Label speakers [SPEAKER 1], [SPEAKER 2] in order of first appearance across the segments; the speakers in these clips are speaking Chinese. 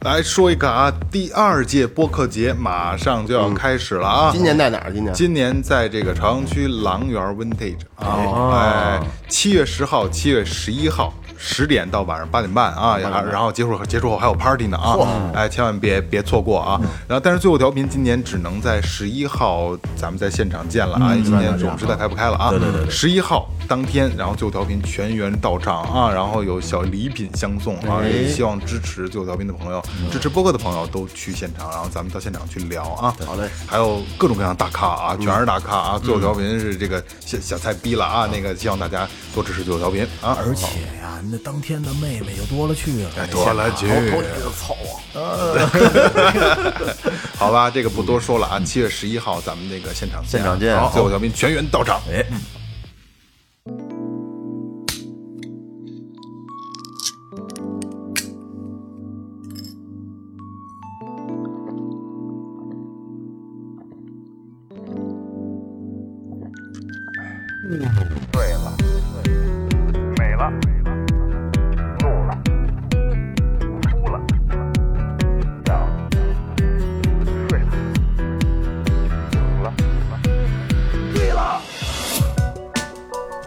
[SPEAKER 1] 来说一个啊，第二届播客节马上就要开始了啊！
[SPEAKER 2] 今年在哪儿？今年
[SPEAKER 1] 今年在这个朝阳区郎园 Vintage 啊，哎，七月十号、七月十一号，十点到晚上八点半啊，然后然后结束结束后还有 party 呢啊，哎，千万别别错过啊！然后，但是最后调频今年只能在十一号咱们在现场见了啊，今年总实在开不开了啊，对对对，十一号当天，然后最后调频全员到场啊，然后有小礼品相送啊，也希望支持最后调频的朋友，
[SPEAKER 3] 嗯
[SPEAKER 1] 支持播客的朋友都去现场，然后咱们到现场去聊啊。
[SPEAKER 2] 好嘞，
[SPEAKER 1] 还有各种各样的大咖
[SPEAKER 3] 嗯
[SPEAKER 1] 啊，全是大咖啊。最后调频是这个小小菜逼了
[SPEAKER 3] 嗯
[SPEAKER 1] 啊，那个希望大家多支持最后调频啊。
[SPEAKER 4] 而且呀，那当天的妹妹就多了去了，
[SPEAKER 1] 哎多了去，
[SPEAKER 2] 头也是草啊！
[SPEAKER 3] 啊
[SPEAKER 1] 好吧，这个不多说了啊。七月十一号咱们那个现场
[SPEAKER 3] 现场见
[SPEAKER 1] 啊最后调频全员到场。
[SPEAKER 3] 哎，
[SPEAKER 5] 醉了，美了，怒了，哭了，笑了，睡了，醒了。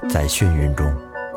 [SPEAKER 3] 在眩晕中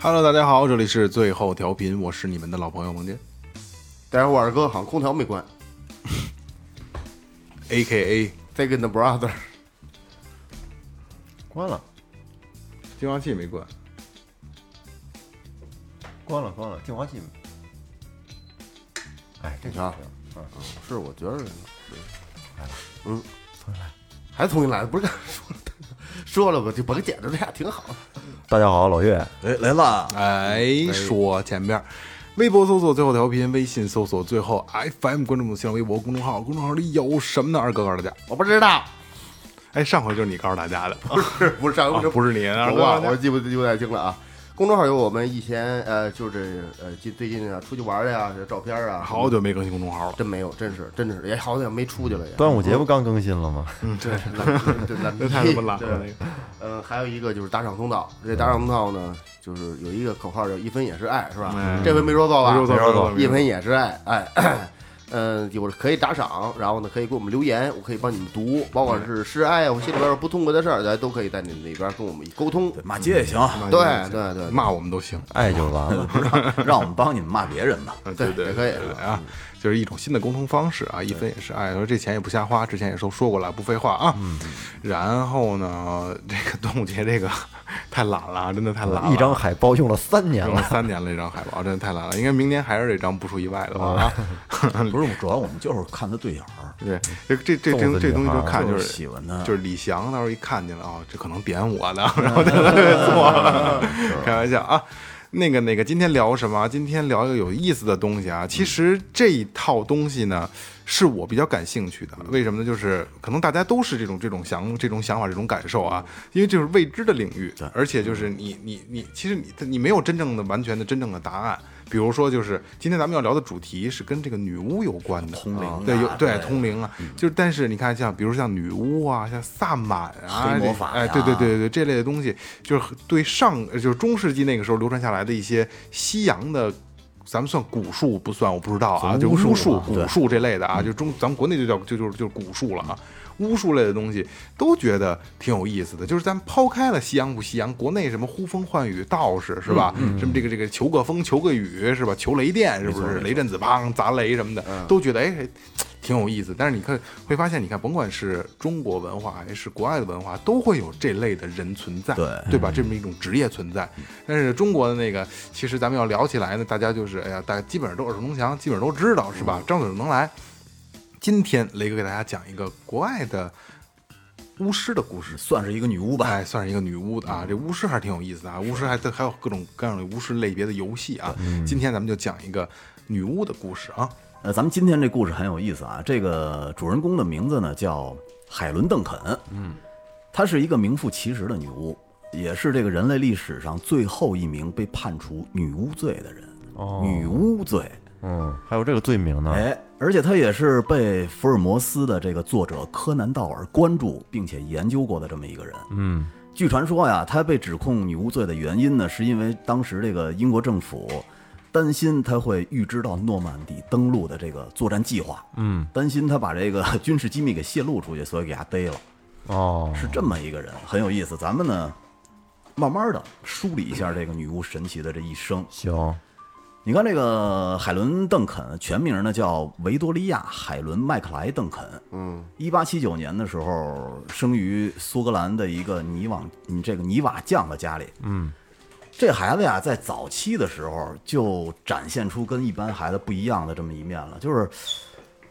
[SPEAKER 1] Hello，大家好，这里是最后调频，我是你们的老朋友蒙坚
[SPEAKER 2] 待会儿我二哥好像空调没关
[SPEAKER 1] ，A K A
[SPEAKER 2] ，Take the brother，
[SPEAKER 3] 关了，
[SPEAKER 1] 净化器没关，
[SPEAKER 3] 关了，关了，净化器。哎，这
[SPEAKER 2] 啊，是我觉得是，嗯，还重新来，不是刚才说了，说了吧，就甭剪着，这俩挺好。
[SPEAKER 3] 大家好，老岳，
[SPEAKER 6] 哎，来啦！
[SPEAKER 1] 哎，说前边儿，微博搜索最后调频，微信搜索最后 FM，关注我们的新浪微博公众号，公众号里有什么呢？二哥告诉大家，
[SPEAKER 2] 我不知道，
[SPEAKER 1] 哎，上回就是你告诉大家的，
[SPEAKER 2] 不是不是上回
[SPEAKER 1] 啊
[SPEAKER 2] 这
[SPEAKER 1] 不是你二
[SPEAKER 2] 我忘
[SPEAKER 1] 哥
[SPEAKER 2] 了，我记不记不太清了啊。公众号有我们以前呃，就是呃，近最近啊出去玩的呀，这照片啊，
[SPEAKER 1] 好久没更新公众号了。
[SPEAKER 2] 真没有，真是真是也好像没出去了也。
[SPEAKER 3] 端午节不刚更新了吗？
[SPEAKER 2] 这懒
[SPEAKER 1] 这太他妈懒嗯了
[SPEAKER 2] 对呃，还有一个就是打赏通道，这打赏通道呢，就是有一个口号叫“一分也是爱”，是吧？这回没说错吧？
[SPEAKER 1] 哎没说错没说错
[SPEAKER 2] 一分也是爱，哎。 嗯，有可以打赏，然后呢，可以给我们留言，我可以帮你们读，包括是示爱啊，我心里边有不痛快的事儿，大家都可以在你那边跟我们沟通。
[SPEAKER 6] 对啊骂街也行，
[SPEAKER 1] 那
[SPEAKER 2] 对
[SPEAKER 1] 就
[SPEAKER 2] 对对
[SPEAKER 1] 骂我们都行，
[SPEAKER 3] 爱哎就完了。
[SPEAKER 6] 让我们帮你们骂别人吧。
[SPEAKER 1] 嗯
[SPEAKER 2] 对
[SPEAKER 1] 对
[SPEAKER 2] 也可以
[SPEAKER 1] 对对啊，就是一种新的沟通方式啊，一分也是爱。说这钱也不瞎花，之前也都说过了，不废话啊。然后呢，这个端午节这个太懒了，真的太懒了，
[SPEAKER 3] 一张海报用了三年
[SPEAKER 1] 用了
[SPEAKER 3] 了，
[SPEAKER 1] 三年了，这张海报真的太懒了，应该明年还是这张，不出意外的话 啊。
[SPEAKER 6] 不是，主要我们就是看他对眼儿，
[SPEAKER 1] 对，这这这
[SPEAKER 3] 粽
[SPEAKER 1] 这
[SPEAKER 3] 子
[SPEAKER 1] 这
[SPEAKER 3] 女
[SPEAKER 1] 东西
[SPEAKER 3] 孩
[SPEAKER 1] 就
[SPEAKER 3] 儿
[SPEAKER 1] 看就
[SPEAKER 6] 就是
[SPEAKER 1] 是
[SPEAKER 6] 喜欢他
[SPEAKER 1] 就是李翔到时候一看见了啊、这可能点我呢， 然后就在那做，开玩笑啊。那个那个，今天聊什么？今天聊一个有意思的东西啊。其实这一套东西呢，是我比较感兴趣的。为什么呢？就是可能大家都是这种这种想这种想法、这种感受啊，因为这是未知的领域，而且就是你你你，其实你你没有真正的完全的真正的答案。比如说，就是今天咱们要聊的主题是跟这个女巫有关的
[SPEAKER 6] 通灵啊
[SPEAKER 1] 对，有对
[SPEAKER 6] 对
[SPEAKER 1] 通灵啊，
[SPEAKER 6] 嗯
[SPEAKER 1] 就是但是你看像比如像女巫啊，像萨满啊，
[SPEAKER 6] 黑魔
[SPEAKER 1] 这
[SPEAKER 6] 法
[SPEAKER 1] 哎，
[SPEAKER 6] 呀
[SPEAKER 1] 对对对对对，这类的东西就是很对上就是中世纪那个时候流传下来的一些西洋的。咱们算古术不算，我不知道啊，
[SPEAKER 3] 算
[SPEAKER 1] 就
[SPEAKER 3] 巫术
[SPEAKER 1] 巫术、
[SPEAKER 3] 吧
[SPEAKER 1] 古
[SPEAKER 3] 对
[SPEAKER 1] 术这类的啊，就中咱们国内就叫就就就是古术了啊，巫术类的东西都觉得挺有意思的。就是咱们抛开了西洋不西洋，国内什么呼风唤雨道士是吧？什么这个这个求个风求个雨是吧？求雷电是不是？雷震子砰砸雷什么的，都觉得哎哎挺有意思。但是你看会发现，你看甭管是中国文化还是国外的文化，都会有这类的人存在，
[SPEAKER 6] 对
[SPEAKER 1] 对吧？这么一种职业存在。但是中国的那个，其实咱们要聊起来呢，大家就是哎呀，大家基本上都耳熟能详，基本上都知道是吧？张嘴就能来。今天雷哥给大家讲一个国外的巫师的故事。
[SPEAKER 6] 算是一个女巫吧。
[SPEAKER 1] 哎，算是一个女巫的啊，这巫师还是挺有意思的啊。巫师还还嗯有各种各样的巫师类别的游戏啊。今天咱们就讲一个女巫的故事啊。
[SPEAKER 6] 呃，咱们今天这故事很有意思啊。这个主人公的名字呢叫海伦·邓肯，嗯，她是一个名副其实的女巫，也是这个人类历史上最后一名被判处女巫罪的人。
[SPEAKER 7] 哦
[SPEAKER 6] 女巫罪，
[SPEAKER 7] 嗯，还有这个罪名呢，
[SPEAKER 6] 哎，而且她也是被福尔摩斯的这个作者柯南·道尔关注并且研究过的这么一个人。
[SPEAKER 7] 嗯，
[SPEAKER 6] 据传说呀，她被指控女巫罪的原因呢，是因为当时这个英国政府担心她会预知到诺曼底登陆的这个作战计划，嗯，担心她把这个军事机密给泄露出去，所以给她逮了，
[SPEAKER 7] 哦，
[SPEAKER 6] 是这么一个人，很有意思。咱们呢，慢慢的梳理一下这个女巫神奇的这一生。
[SPEAKER 7] 行，
[SPEAKER 6] 你看这个海伦·邓肯，全名呢叫维多利亚·海伦·麦克莱·邓肯。嗯，一八七九年的时候，生于苏格兰的一个泥瓦，嗯这个泥瓦匠的家里。嗯，这孩子啊呀，在早期的时候就展现出跟一般孩子不一样的这么一面了，就是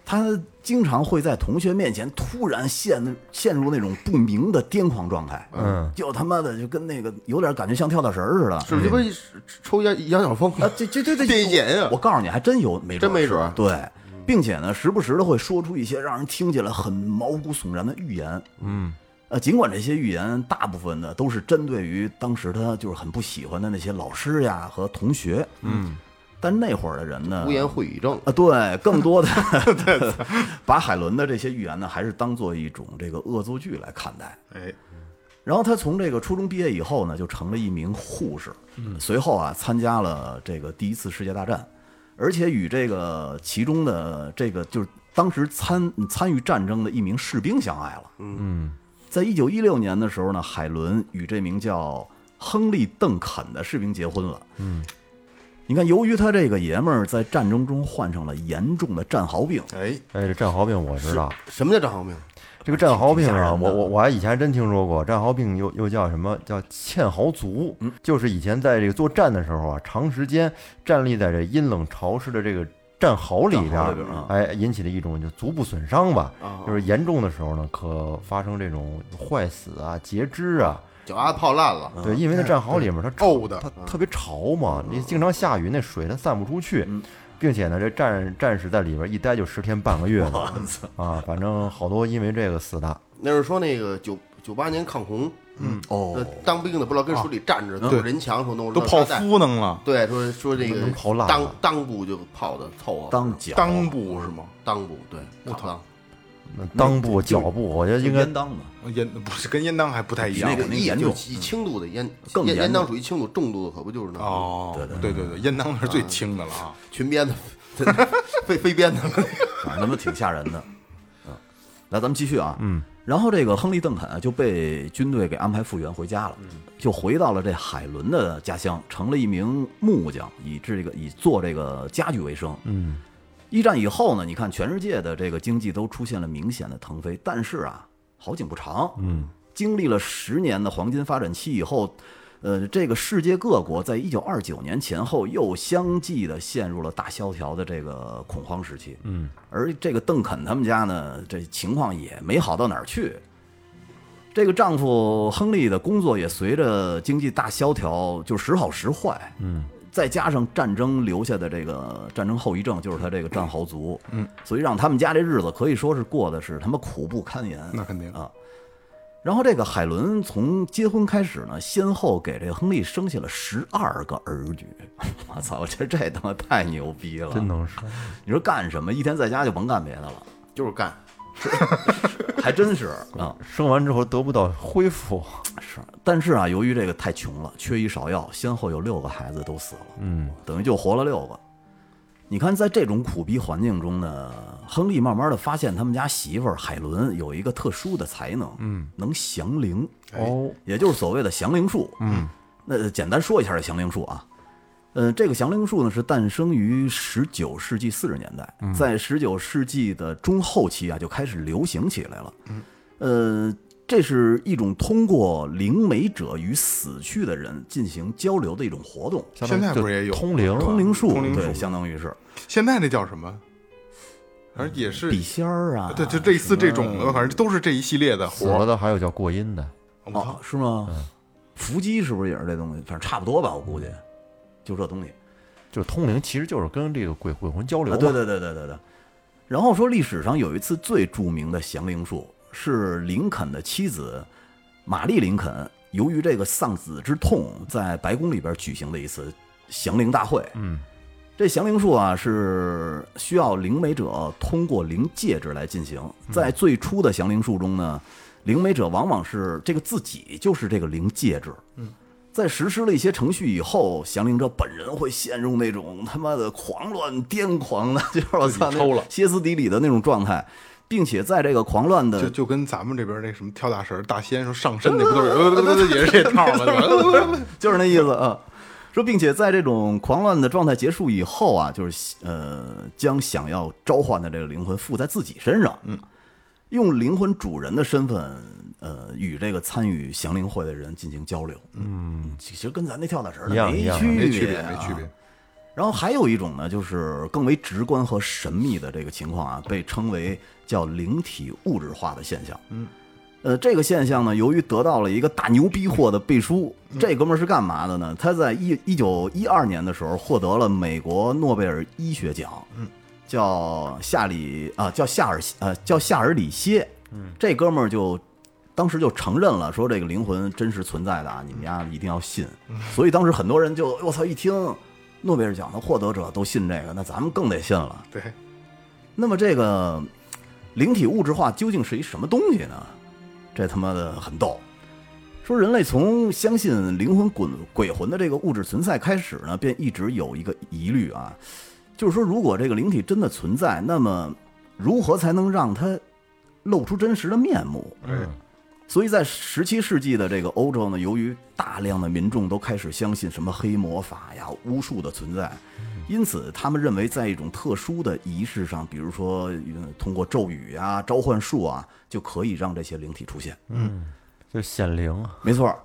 [SPEAKER 6] 他经常会在同学面前突然陷陷入那种不明的癫狂状态。嗯，就他妈的就跟那个有点感觉像跳大神儿似的。
[SPEAKER 2] 是这不是抽烟养小风
[SPEAKER 1] 嗯
[SPEAKER 6] 啊，这这这这
[SPEAKER 2] 电音啊
[SPEAKER 6] 我我告诉你，还真有，没准儿
[SPEAKER 2] 真没
[SPEAKER 6] 是
[SPEAKER 2] 准儿
[SPEAKER 6] 对，并且呢，时不时的会说出一些让人听起来很毛骨悚然的预言。嗯，呃，尽管这些预言大部分呢都是针对于当时他就是很不喜欢的那些老师呀和同学。嗯，但那会儿的人呢，
[SPEAKER 2] 污言秽语症，
[SPEAKER 6] 啊，对，更多的 把海伦的这些预言呢，还是当做一种这个恶作剧来看待。
[SPEAKER 1] 哎，
[SPEAKER 6] 然后他从这个初中毕业以后呢，就成了一名护士。随后啊，参加了这个第一次世界大战，而且与这个其中的这个就是当时参参与战争的一名士兵相爱了。嗯，在一九一六年的时候呢，海伦与这名叫亨利·邓肯的士兵结婚了。嗯，你看，由于他这个爷们儿在战争中患上了严重的战壕病，
[SPEAKER 1] 哎，
[SPEAKER 7] 哎，这战壕病我知道，
[SPEAKER 2] 什么叫张好命？
[SPEAKER 7] 这个战壕病
[SPEAKER 6] 挺吓
[SPEAKER 7] 啊，
[SPEAKER 6] 人的
[SPEAKER 7] 我我我还以前还真听说过，战壕病又又叫什么叫堑壕族，
[SPEAKER 6] 嗯
[SPEAKER 7] 就是以前在这个作战的时候啊，长时间站立在这阴冷潮湿的这个战壕里边
[SPEAKER 6] 战壕
[SPEAKER 7] 儿
[SPEAKER 6] 里边儿啊，
[SPEAKER 7] 哎，引起的一种就足不损伤吧
[SPEAKER 2] 啊，
[SPEAKER 7] 就是严重的时候呢，可发生这种坏死啊、截肢啊，
[SPEAKER 2] 脚丫子泡烂了，
[SPEAKER 6] 啊
[SPEAKER 7] 对，因为那战壕里面它
[SPEAKER 6] 哦
[SPEAKER 7] 潮
[SPEAKER 1] 沤的
[SPEAKER 7] 它特别潮嘛，
[SPEAKER 6] 嗯
[SPEAKER 7] 你经常下雨，那水它散不出去，并且呢，这战战士在里边一待就十天半个月呢啊，反正好多因为这个死的。
[SPEAKER 2] 那是说那个九九八年抗洪，
[SPEAKER 6] 哦
[SPEAKER 2] 呃，当兵的不知道跟水里站着，
[SPEAKER 1] 对
[SPEAKER 2] 有人墙说弄
[SPEAKER 1] 都泡
[SPEAKER 2] 泡芙，
[SPEAKER 1] 芙弄了，
[SPEAKER 2] 对，说说这个
[SPEAKER 7] 能泡烂
[SPEAKER 2] 裆
[SPEAKER 7] 了
[SPEAKER 2] 裆部就泡的凑合，
[SPEAKER 6] 当脚
[SPEAKER 1] 裆部是吗？
[SPEAKER 2] 裆部对，我裆
[SPEAKER 7] 那裆部、脚部，我觉得应该
[SPEAKER 6] 应当嘛，
[SPEAKER 1] 烟不是跟烟裆还不太一样
[SPEAKER 6] 那肯定
[SPEAKER 2] 一
[SPEAKER 6] 严
[SPEAKER 2] 就
[SPEAKER 6] 重
[SPEAKER 2] 是以轻度的烟
[SPEAKER 6] 更
[SPEAKER 2] 烟
[SPEAKER 6] 严
[SPEAKER 2] 烟
[SPEAKER 6] 重
[SPEAKER 2] 裆属于轻度，重度的可不就是那
[SPEAKER 1] 哦，对对对，烟裆是最轻的了啊。
[SPEAKER 2] 裙边的 飞飞边的
[SPEAKER 6] 反正他们挺吓人的。嗯，来，咱们继续啊。嗯。然后这个亨利·邓肯啊就被军队给安排复员回家了，就回到了这海伦的家乡，成了一名木匠，以这个以做这个家具为生。嗯。一战以后呢，你看全世界的这个经济都出现了明显的腾飞，但是啊，好景不长。嗯。经历了十年的黄金发展期以后，呃，这个世界各国在一九二九年前后又相继的陷入了大萧条的这个恐慌时期。嗯，而这个邓肯他们家呢，这情况也没好到哪儿去。这个丈夫亨利的工作也随着经济大萧条就时好时坏。嗯。再加上战争留下的这个战争后遗症，就是他这个战壕族，嗯，所以让他们家这日子可以说是过的是他妈苦不堪言。
[SPEAKER 1] 那肯定
[SPEAKER 6] 啊，然后这个海伦从结婚开始呢，先后给这个亨利生下了十二个儿女。 我操，我觉得这他妈太牛逼了！
[SPEAKER 7] 真，能说，
[SPEAKER 6] 你说干什么？一天在家就甭干别的了，
[SPEAKER 2] 就是干，
[SPEAKER 6] 还真是啊。
[SPEAKER 7] 生完之后得不到恢复，
[SPEAKER 6] 是，但是啊，由于这个太穷了，缺医少药，先后有六个孩子都死了，嗯，等于就活了六个。你看，在这种苦逼环境中呢，亨利慢慢的发现他们家媳妇儿海伦有一个特殊的才能，嗯，能降灵，
[SPEAKER 7] 哦，
[SPEAKER 6] 也就是所谓的降灵术，嗯，那简单说一下这降灵术啊。呃，这个降灵术呢是诞生于十九世纪四十年代，在十九世纪的中后期啊就开始流行起来了。呃，这是一种通过灵媒者与死去的人进行交流的一种活动，
[SPEAKER 7] 相当于
[SPEAKER 1] 现在
[SPEAKER 7] 就
[SPEAKER 1] 不是也有
[SPEAKER 7] 通灵了？
[SPEAKER 6] 通灵术，
[SPEAKER 1] 通灵术
[SPEAKER 6] 对，相当于是
[SPEAKER 1] 现在那叫什么？反正也是
[SPEAKER 6] 笔，仙儿啊，
[SPEAKER 1] 对，就类似这种的，反正都是这一系列的
[SPEAKER 7] 死
[SPEAKER 1] 活
[SPEAKER 7] 了
[SPEAKER 1] 儿。
[SPEAKER 7] 的还有叫过阴的，
[SPEAKER 1] 我
[SPEAKER 6] 哦
[SPEAKER 1] 操，，嗯
[SPEAKER 6] 是吗？伏击是不是也是这东西？反正差不多吧，我估计就这东西。
[SPEAKER 7] 就通灵其实就是跟这个鬼鬼魂交流
[SPEAKER 6] 啊，
[SPEAKER 7] 嘛。
[SPEAKER 6] 对对对对对对。然后说历史上有一次最著名的降灵术是林肯的妻子玛丽林肯，由于这个丧子之痛，在白宫里边举行的一次降灵大会。
[SPEAKER 7] 嗯，
[SPEAKER 6] 这降灵术啊是需要灵媒者通过灵介质来进行。
[SPEAKER 1] 嗯
[SPEAKER 6] 在最初的降灵术中呢，灵媒者往往是这个自己就是这个灵介质。
[SPEAKER 1] 嗯
[SPEAKER 6] 在实施了一些程序以后，降灵者本人会陷入那种他妈的狂乱、癫狂的，就是我操，
[SPEAKER 1] 抽了
[SPEAKER 6] 那歇斯底里的那种状态，并且在这个狂乱
[SPEAKER 1] 就
[SPEAKER 6] 的，
[SPEAKER 1] 就跟咱们这边那什么跳大神儿、大仙说上身那不都是呃呃呃也是这套吗？对吧
[SPEAKER 6] 就是那意思啊。说，并且在这种狂乱的状态结束以后啊，就是呃，将想要召唤的这个灵魂附在自己身上，嗯，用灵魂主人的身份，呃，与这个参与降灵会的人进行交流，嗯，其实跟咱那跳大神儿的
[SPEAKER 7] 一样一
[SPEAKER 6] 没
[SPEAKER 7] 样
[SPEAKER 6] 区
[SPEAKER 1] 没
[SPEAKER 6] 别，啊
[SPEAKER 1] 区别，没区别。。
[SPEAKER 6] 然后还有一种呢，就是更为直观和神秘的这个情况啊，被称为叫灵体物质化的现象。嗯，呃，这个现象呢，由于得到了一个大牛逼货的背书，这哥们儿是干嘛的呢？他在一一九一二年的时候获得了美国诺贝尔医学奖。嗯，叫夏里啊，叫夏尔呃，叫夏尔里歇。嗯，这哥们儿就当时就承认了，说这个灵魂真实存在的啊，你们家一定要信。所以当时很多人就我操一听诺贝尔奖的获得者都信这个，那咱们更得信了。
[SPEAKER 1] 对，
[SPEAKER 6] 那么这个灵体物质化究竟是一什么东西呢？这他妈的很逗。说人类从相信灵魂滚鬼魂的这个物质存在开始呢，便一直有一个疑虑啊，就是说如果这个灵体真的存在，那么如何才能让它露出真实的面目？
[SPEAKER 1] 嗯，
[SPEAKER 6] 所以在十七世纪的这个欧洲呢，由于大量的民众都开始相信什么黑魔法呀、巫术的存在，因此他们认为在一种特殊的仪式上，比如说、嗯通过咒语啊、召唤术啊，就可以让这些灵体出现。
[SPEAKER 7] 就是显灵啊，
[SPEAKER 6] 没错儿，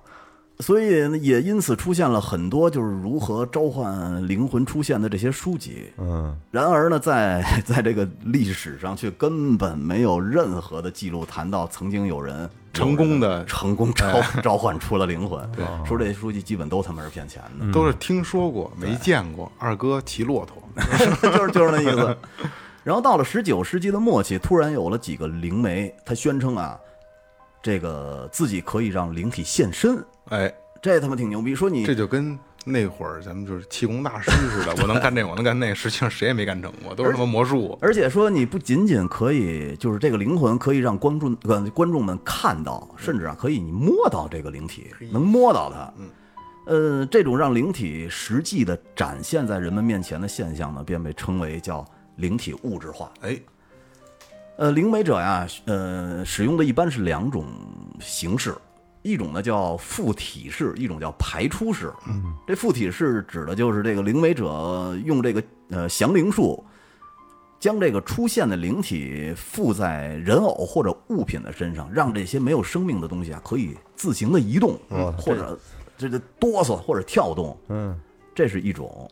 [SPEAKER 6] 所以呢也因此出现了很多就是如何召唤灵魂出现的这些书籍。
[SPEAKER 7] 嗯，
[SPEAKER 6] 然而呢，在在这个历史上却根本没有任何的记录谈到曾经有人
[SPEAKER 1] 成功哎的
[SPEAKER 6] 成功召召唤出了灵魂。对，说这些书记基本都他妈是骗钱的，
[SPEAKER 1] 都是听说过没见过。二哥骑骆驼，
[SPEAKER 6] 就是就是那意思。然后到了十九世纪的末期，突然有了几个灵媒，他宣称啊，这个自己可以让灵体现身，
[SPEAKER 1] 哎，
[SPEAKER 6] 这他妈挺牛逼。说你
[SPEAKER 1] 这就跟那会儿咱们就是气功大师似的，我能干这，我能干那个，实际上谁也没干成过，都是他妈魔术。
[SPEAKER 6] 而且说你不仅仅可以，就是这个灵魂可以让观众呃观众们看到，甚至啊可以你摸到这个灵体，能摸到它。嗯，呃，这种让灵体实际的展现在人们面前的现象呢，便被称为叫灵体物质化。
[SPEAKER 1] 哎，
[SPEAKER 6] 呃，灵媒者呀，呃，使用的一般是两种形式，一种呢叫附体式，一种叫排出式。嗯，这附体式指的就是这个灵媒者用这个呃降灵术，将这个出现的灵体附在人偶或者物品的身上，让这些没有生命的东西啊可以自行的移动，或者这这哆嗦或者跳动。
[SPEAKER 7] 嗯，
[SPEAKER 6] 这是一种。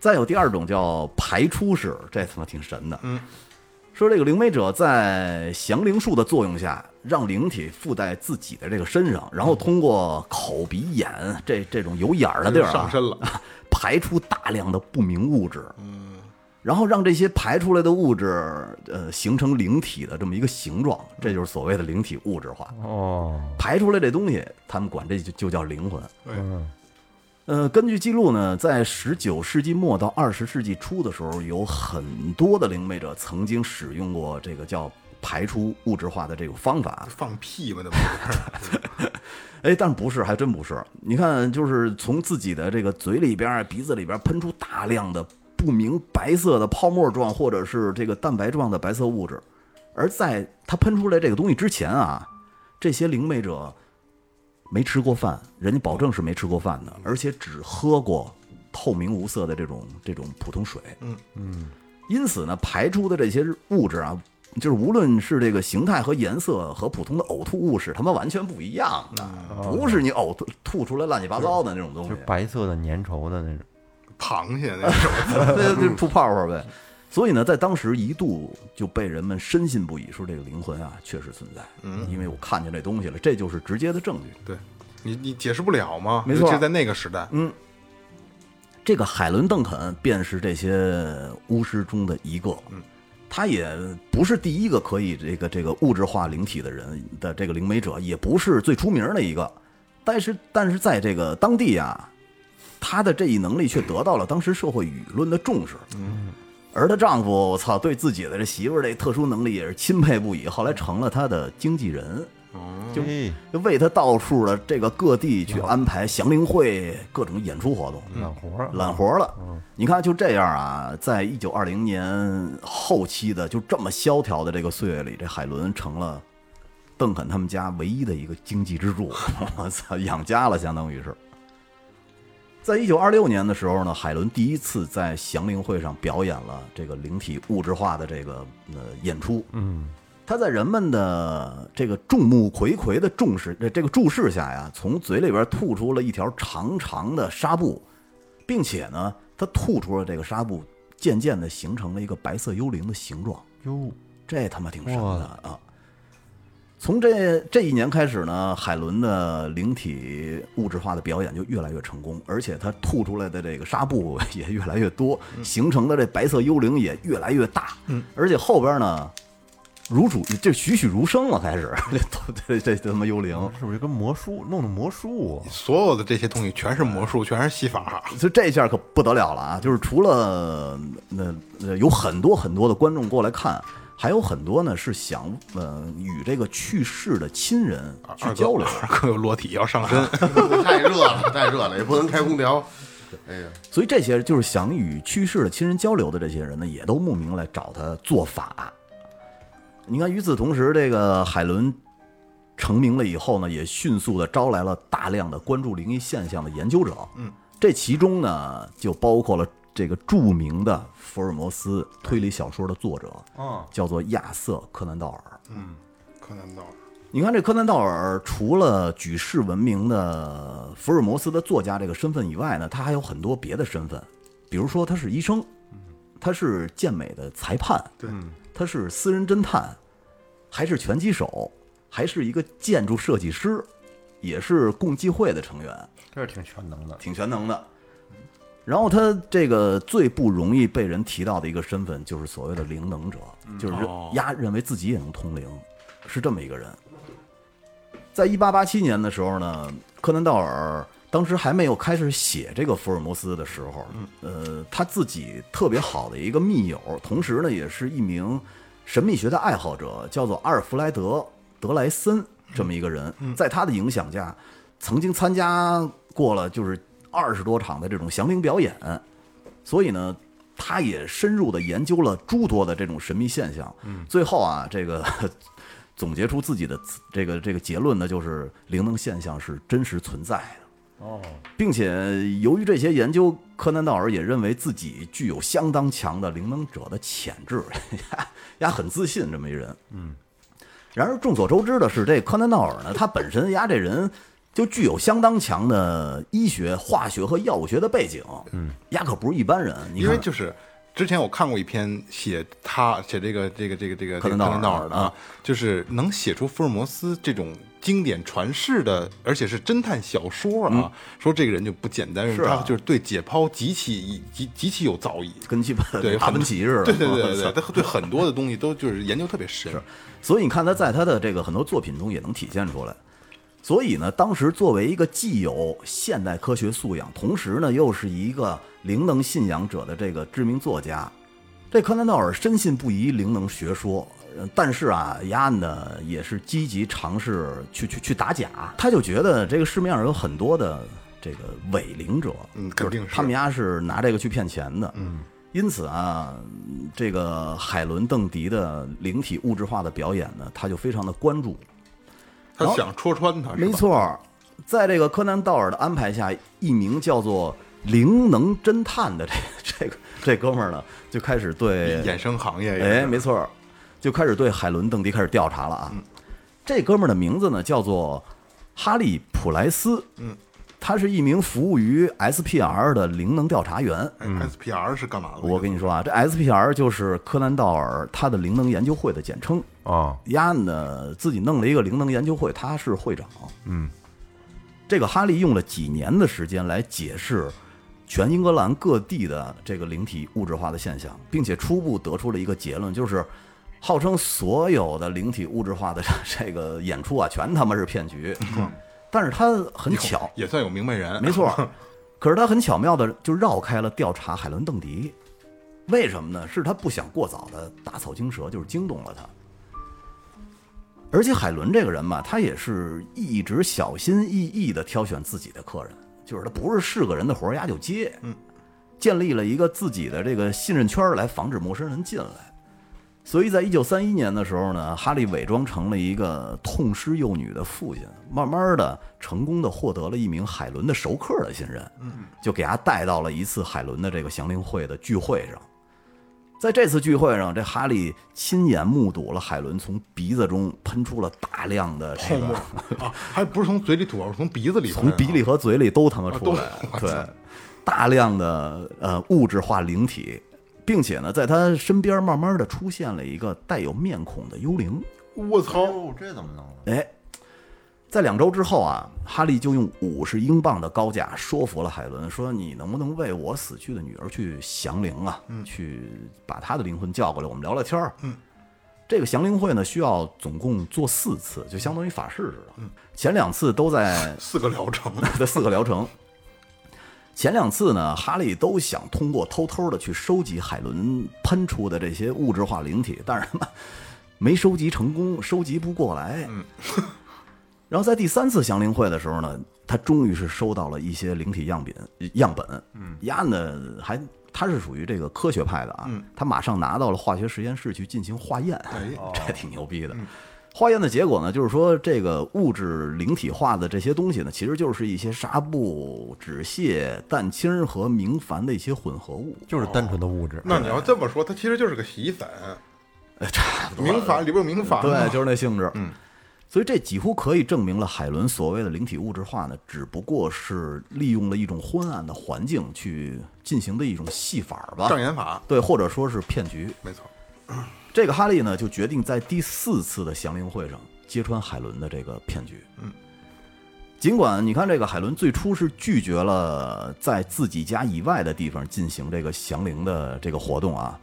[SPEAKER 6] 再有第二种叫排出式，这他妈挺神的。嗯，说这个灵媒者在降灵术的作用下，让灵体附在自己的这个身上，然后通过口、鼻、眼这这种有眼儿的地儿、啊、
[SPEAKER 1] 上身了，
[SPEAKER 6] 排出大量的不明物质。嗯，然后让这些排出来的物质，呃，形成灵体的这么一个形状，这就是所谓的灵体物质化。
[SPEAKER 7] 哦，
[SPEAKER 6] 排出来这东西，他们管这就就叫灵魂。
[SPEAKER 7] 嗯，
[SPEAKER 6] 呃，根据记录呢，在十九世纪末到二十世纪初的时候，有很多的灵媒者曾经使用过这个叫排出物质化的这种方法。
[SPEAKER 1] 放屁吧，那不是？
[SPEAKER 6] 哎，但不是，还真不是。你看，就是从自己的这个嘴里边儿、啊鼻子里边儿喷出大量的不明白色的泡沫状或者是这个蛋白状的白色物质，而在它喷出来这个东西之前啊，这些灵媒者没吃过饭，人家保证是没吃过饭的，而且只喝过透明无色的这种这种普通水。嗯嗯，因此呢，排出的这些物质啊，就是无论是这个形态和颜色和普通的呕吐物是他妈完全不一样的，不是你呕吐吐出来乱七八糟的那种东西
[SPEAKER 7] 嗯就是。白色的粘稠的那种，
[SPEAKER 1] 螃蟹那种，
[SPEAKER 6] 对对，吐泡泡呗。所以呢，在当时一度就被人们深信不疑，说这个灵魂啊确实存在，嗯，因为我看见这东西了，这就是直接的证据。
[SPEAKER 1] 对你你解释不了吗？
[SPEAKER 6] 没错
[SPEAKER 1] 就在那个时代，
[SPEAKER 6] 嗯，这个海伦·邓肯便是这些巫师中的一个，他也不是第一个可以这个这个物质化灵体的人的这个灵媒者，也不是最出名的一个，但是但是在这个当地啊，她的这一能力却得到了当时社会舆论的重视。而她丈夫，我操，对自己的这媳妇儿这特殊能力也是钦佩不已，后来成了她的经纪人，
[SPEAKER 1] 嗯
[SPEAKER 7] 就哎
[SPEAKER 6] 就为她到处的这个各地去安排祥林会各种演出活动。
[SPEAKER 7] 干活儿啊嗯
[SPEAKER 6] 揽活了。你看，就这样啊，在一九二零年后期的就这么萧条的这个岁月里，这海伦成了邓肯他们家唯一的一个经济支柱。 我操，养家了，相当于是。在一九二六年的时候呢，海伦第一次在祥林会上表演了这个灵体物质化的这个呃演出。
[SPEAKER 7] 嗯，
[SPEAKER 6] 他在人们的这个众目睽睽的重视呃这这个注视下呀，从嘴里边吐出了一条长长的纱布，并且呢，他吐出了这个纱布，渐渐的形成了一个白色幽灵的形状。
[SPEAKER 7] 哟，
[SPEAKER 6] 这他妈挺神的啊！从这这一年开始呢，海伦的灵体物质化的表演就越来越成功，而且他吐出来的这个纱布也越来越多，形成的这白色幽灵也越来越大。嗯，而且后边呢，如主这栩栩如生了，开始 这这这他妈幽灵，
[SPEAKER 7] 是不是跟魔术弄的魔术啊？
[SPEAKER 1] 所有的这些东西全是魔术，全是戏法。
[SPEAKER 6] 所以这一下可不得了了啊！就是除了那、呃、有很多很多的观众过来看，还有很多呢是想呃与这个去世的亲人去交流。
[SPEAKER 1] 二哥有裸体要上身，
[SPEAKER 2] 太热了，太热了，也不能开空调。哎呀，
[SPEAKER 6] 所以这些就是想与去世的亲人交流的这些人呢，也都慕名来找他做法。你看，与此同时，这个海伦成名了以后呢，也迅速的招来了大量的关注灵异现象的研究者。嗯，这其中呢，就包括了这个著名的福尔摩斯推理小说的作者，
[SPEAKER 7] 嗯，
[SPEAKER 6] 叫做亚瑟·柯南道尔。
[SPEAKER 1] 柯南道
[SPEAKER 6] 你看，这柯南道尔除了举世闻名的福尔摩斯的作家这个身份以外呢，他还有很多别的身份，比如说他是医生，他是健美的裁判，
[SPEAKER 1] 对，
[SPEAKER 6] 他是私人侦探，还是拳击手，还是一个建筑设计师，也是共济会的成员，
[SPEAKER 7] 这是挺全能的。
[SPEAKER 6] 挺全能的。然后他这个最不容易被人提到的一个身份，就是所谓的灵能者，就是压认为自己也能通灵，是这么一个人。在一八八七年的时候呢，柯南道尔当时还没有开始写这个福尔摩斯的时候，呃，他自己特别好的一个密友，同时呢也是一名神秘学的爱好者，叫做阿尔弗莱德·德莱森这么一个人，在他的影响下，曾经参加过了就是二十多场的这种祥林表演，所以呢，他也深入的研究了诸多的这种神秘现象。嗯，最后啊，这个 总结出自己的这个这个结论呢，就是灵能现象是真实存在的。哦，并且由于这些研究，柯南道尔也认为自己具有相当强的灵能者的潜质， 呀，很自信这么一人。然而众所周知的是，这柯南道尔呢，他本身呀这人就具有相当强的医学、化学和药物学的背景，嗯，呀可不是一般人。你
[SPEAKER 1] 因为
[SPEAKER 6] 看，
[SPEAKER 1] 就是之前我看过一篇写他写这个这个这个这个
[SPEAKER 6] 柯
[SPEAKER 1] 这
[SPEAKER 6] 南
[SPEAKER 1] 个
[SPEAKER 6] 道尔
[SPEAKER 1] 道尔的
[SPEAKER 6] 啊，
[SPEAKER 1] 就是能写出福尔摩斯这种经典传世的，而且是侦探小说啊，说这个人就不简单，
[SPEAKER 6] 嗯是啊
[SPEAKER 1] 他就是对解剖极其极极其有造诣。
[SPEAKER 6] 跟基本
[SPEAKER 1] 对，
[SPEAKER 6] 达
[SPEAKER 1] 很
[SPEAKER 6] 芬
[SPEAKER 1] 多
[SPEAKER 6] 奇似的，
[SPEAKER 1] 对对
[SPEAKER 6] 我
[SPEAKER 1] 对
[SPEAKER 6] 操
[SPEAKER 1] 对对，他对很多的东西都就是研究特别深。
[SPEAKER 6] 所以你看他在他的这个很多作品中也能体现出来。所以呢，当时作为一个既有现代科学素养，同时呢又是一个灵能信仰者的这个知名作家，这柯南道尔深信不疑灵能学说。呃但是啊，丫呢也是积极尝试去去去打假，他就觉得这个市面上有很多的这个伪灵者，
[SPEAKER 1] 嗯肯定是
[SPEAKER 6] 他们家是拿这个去骗钱的，嗯。因此啊，这个海伦·邓迪的灵体物质化的表演呢，他就非常的关注。
[SPEAKER 1] 他想戳穿他，啊是
[SPEAKER 6] 没
[SPEAKER 1] 吧？
[SPEAKER 6] 错儿，在这个柯南·道尔的安排下，一名叫做灵能侦探的这这个这哥们儿呢，就开始对
[SPEAKER 1] 哎衍生行业也是
[SPEAKER 6] 哎，没错儿，就开始对海伦·邓迪开始调查了啊。
[SPEAKER 1] 嗯
[SPEAKER 6] 这哥们儿的名字呢叫做哈利·普莱斯，嗯，他是一名服务于 SPR 的灵能调查员。
[SPEAKER 1] 哎 SPR 是干嘛的？
[SPEAKER 6] 嗯我跟你说啊，这 SPR 就是柯南·道尔他的灵能研究会的简称。
[SPEAKER 7] 啊，
[SPEAKER 6] 丫呢自己弄了一个灵能研究会，他是会长。嗯，这个哈利用了几年的时间来解释全英格兰各地的这个灵体物质化的现象，并且初步得出了一个结论，就是号称所有的灵体物质化的 这个演出啊，全他妈是骗局。但是他很巧，
[SPEAKER 1] 也算有明白人，
[SPEAKER 6] 没错儿。可是他很巧妙的就绕开了调查海伦·邓迪，为什么呢？是他不想过早的打草惊蛇，就是惊动了他。而且海伦这个人嘛，他也是一直小心翼翼的挑选自己的客人，就是他不是是个人的活儿，丫就接。嗯，建立了一个自己的这个信任圈儿来防止陌生人进来。所以在一九三一年的时候呢，哈利伪装成了一个痛失幼女的父亲，慢慢的成功的获得了一名海伦的熟客的信任，就给他带到了一次海伦的这个祥林会的聚会上。在这次聚会上，这哈利亲眼目睹了海伦从鼻子中喷出了大量的这
[SPEAKER 1] 泡沫
[SPEAKER 6] 个，
[SPEAKER 1] 啊，还不是从嘴里吐， 是从鼻子里喷
[SPEAKER 6] 从
[SPEAKER 1] 啊，
[SPEAKER 6] 鼻里和嘴里都他妈
[SPEAKER 1] 啊
[SPEAKER 6] 出
[SPEAKER 1] 都
[SPEAKER 6] 来，对，大量的呃物质化灵体，并且呢，在他身边慢慢的出现了一个带有面孔的幽灵。
[SPEAKER 1] 我操，
[SPEAKER 7] 哦，这怎么弄啊？
[SPEAKER 6] 哎，在两周之后啊，哈利就用五十英镑的高价说服了海伦，说你能不能为我死去的女儿去降灵啊？去把她的灵魂叫过来，我们聊聊天儿。嗯，这个降灵会呢，需要总共做四次，就相当于法事似的。嗯，前两次都在
[SPEAKER 1] 四个疗 程，
[SPEAKER 6] 的四个疗程。前两次呢，哈利都想通过偷偷的去收集海伦喷出的这些物质化灵体，但是他妈没收集成功，收集不过来。嗯。 然后在第三次降灵会的时候呢，他终于是收到了一些灵体样品样本。嗯，丫呢还他是属于这个科学派的啊，他马上拿到了化学实验室去进行化验， 这挺牛逼的。化验的结果呢，就是说这个物质灵体化的这些东西呢，其实就是一些纱布、纸屑、蛋清儿和明矾的一些混合物，
[SPEAKER 7] 就是单纯的物质。
[SPEAKER 1] 那你要这么说，它其实就是个洗衣粉，
[SPEAKER 6] 哎
[SPEAKER 1] 民法里边有民法，
[SPEAKER 6] 对，，就是那性质。嗯，所以这几乎可以证明了海伦所谓的灵体物质化呢，只不过是利用了一种昏暗的环境去进行的一种戏法吧，
[SPEAKER 1] 障眼法，
[SPEAKER 6] 对，或者说是骗局。
[SPEAKER 1] 啊没错，
[SPEAKER 6] 这个哈利呢，就决定在第四次的降临会上揭穿海伦的这个骗局。嗯，尽管你看这个海伦最初是拒绝了在自己家以外的地方进行这个降临的这个活动啊，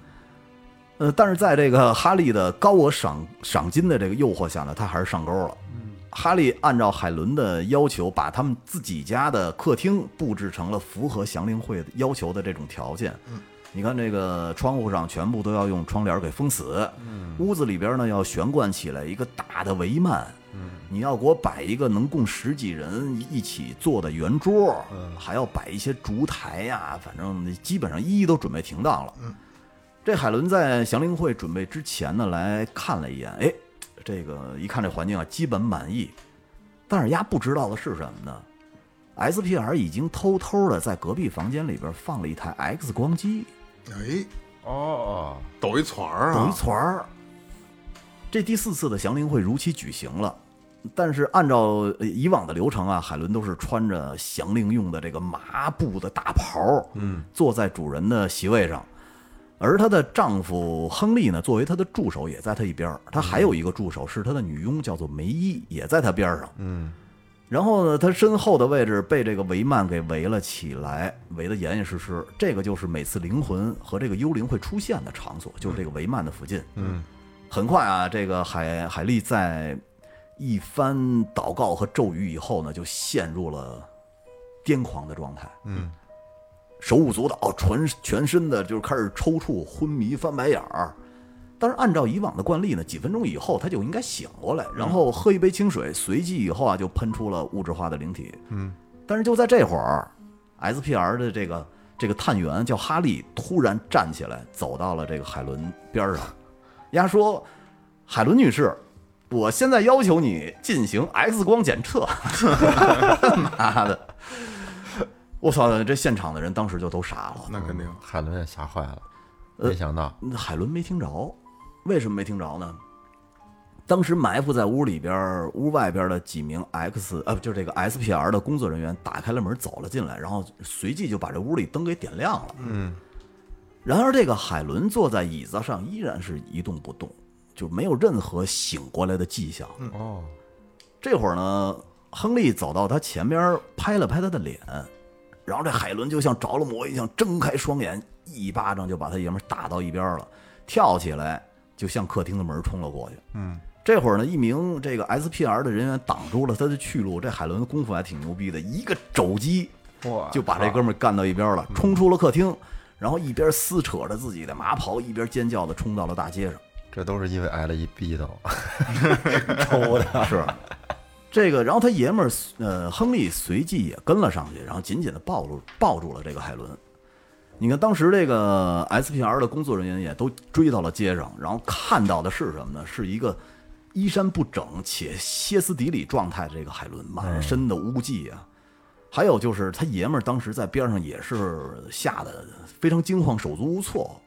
[SPEAKER 6] 呃，但是在这个哈利的高额赏赏金的这个诱惑下呢，他还是上钩了。
[SPEAKER 1] 嗯
[SPEAKER 6] 哈利按照海伦的要求，把他们自己家的客厅布置成了符合祥林会要求的这种条件。你看这个窗户上全部都要用窗帘给封死，屋子里边呢要悬挂起来一个大的帷幔，你要给我摆一个能供十几人一起坐的圆桌，还要摆一些烛台呀、反正基本上一一都准备停当了。这海伦在祥林会准备之前呢，来看了一眼，哎，这个一看这环境啊，基本满意。但是丫不知道的是什么呢？SPR 已经偷偷的在隔壁房间里边放了一台 X 光机，
[SPEAKER 1] 哎，
[SPEAKER 7] 哦哦，
[SPEAKER 1] 抖一撮儿
[SPEAKER 6] 抖一
[SPEAKER 1] 啊，
[SPEAKER 6] 撮儿。这第四次的祥林会如期举行了，但是按照呃以往的流程啊，海伦都是穿着祥令用的这个麻布的大袍，嗯，坐在主人的席位上。而她的丈夫亨利呢，作为她的助手，也在她一边儿。她还有一个助手是她的女佣，叫做梅伊，也在她边儿上。然后呢，他身后的位置被这个帷幔给围了起来，围得严严实实。这个就是每次灵魂和这个幽灵会出现的场所，就是这个帷幔的附近。嗯，很快啊，这个海海丽在一番祷告和咒语以后呢，就陷入了癫狂的状态。嗯，手舞足蹈，全全身的就是开始抽搐、昏迷、翻白眼儿。但是按照以往的惯例呢，几分钟以后他就应该醒过来，然后喝一杯清水，随即以后啊就喷出了物质化的灵体。嗯，但是就在这会儿，SPR 的这个这个探员叫哈利突然站起来，走到了这个海伦边儿上，丫说：“海伦女士，我现在要求你进行 X 光检测。” 妈的！我操！这现场的人当时就都傻了。
[SPEAKER 1] 那肯定，
[SPEAKER 7] 海伦也吓坏了，没想到
[SPEAKER 6] 啊那海伦没听着，为什么没听着呢？当时埋伏在屋里边儿、屋外边儿的几名 X 呃，不就是这个 SPR 的工作人员打开了门走了进来，然后随即就把这屋里灯给点亮了。嗯。然而，这个海伦坐在椅子上依然是一动不动，就没有任何醒过来的迹象。
[SPEAKER 7] 哦，
[SPEAKER 6] 这会儿呢，亨利走到他前边儿拍了拍他的脸，然后这海伦就像着了魔一样，睁开双眼，一巴掌就把他爷们儿打到一边了，跳起来就向客厅的门冲了过去。
[SPEAKER 7] 嗯，
[SPEAKER 6] 这会儿呢，一名这个 SPR 的人员挡住了他的去路。这海伦功夫还挺牛逼的，一个肘击
[SPEAKER 7] 哇
[SPEAKER 6] 就把这哥们儿干到一边了，冲出了客厅，然后一边撕扯着自己的麻袍，一边尖叫的冲到了大街上。
[SPEAKER 7] 这都是因为挨了一逼斗，
[SPEAKER 6] 抽的是。这个，然后他爷们儿，呃，亨利随即也跟了上去，然后紧紧的抱住抱住了这个海伦。你看，当时这个 SPR 的工作人员也都追到了街上，然后看到的是什么呢？是一个衣衫不整且歇斯底里状态的这个海伦，满身的污迹啊。还有就是他爷们儿当时在边上也是吓得非常惊慌，手足无措。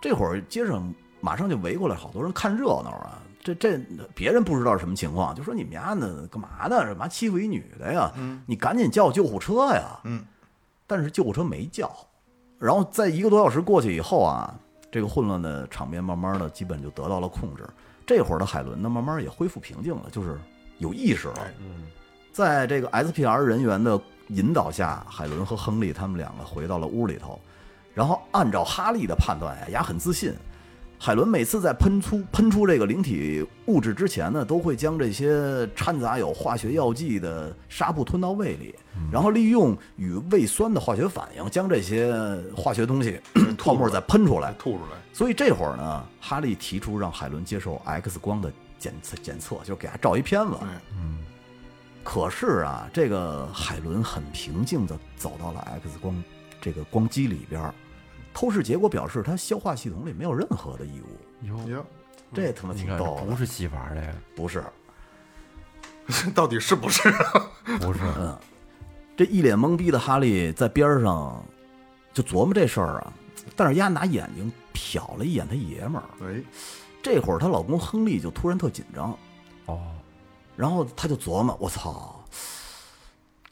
[SPEAKER 6] 这会儿街上马上就围过来好多人看热闹啊。这这别人不知道是什么情况，就说你们家呢干嘛呢？干嘛欺负一女的呀？你赶紧叫救护车呀！
[SPEAKER 1] 嗯，
[SPEAKER 6] 但是救护车没叫。然后在一个多小时过去以后啊，这个混乱的场面慢慢的基本就得到了控制。这会儿的海伦呢，慢慢也恢复平静了，就是有意识了。在这个 SPR 人员的引导下，海伦和亨利他们两个回到了屋里头，然后按照哈利的判断呀，也很自信。海伦每次在喷出喷出这个灵体物质之前呢，都会将这些掺杂有化学药剂的纱布吞到胃里，然后利用与胃酸的化学反应，将这些化学东西嗯
[SPEAKER 1] 哎
[SPEAKER 6] 泡沫再喷出来。
[SPEAKER 1] 吐出来，
[SPEAKER 6] 所以这会儿呢，哈利提出让海伦接受 X 光的检测检测，就是给他照一片子。嗯
[SPEAKER 1] 哎，
[SPEAKER 6] 可是啊，这个海伦很平静地走到了 X 光这个光机里边儿，透视结果表示她消化系统里没有任何的异物，
[SPEAKER 1] 哟，
[SPEAKER 6] 这他妈
[SPEAKER 7] 嗯你
[SPEAKER 6] 挺
[SPEAKER 7] 看这
[SPEAKER 6] 逗
[SPEAKER 7] 不
[SPEAKER 6] 的，
[SPEAKER 7] 是戏法这个，
[SPEAKER 6] 不是？
[SPEAKER 1] 这到底是不 是？
[SPEAKER 7] 不 是，
[SPEAKER 6] 这一脸懵逼的哈利在边儿上就琢磨这事儿啊，但是丫拿眼睛瞟了一眼他爷们儿，
[SPEAKER 1] 哎，
[SPEAKER 6] 这会儿她老公亨利就突然特紧张，
[SPEAKER 7] 哦，
[SPEAKER 6] 然后他就琢磨：“我操，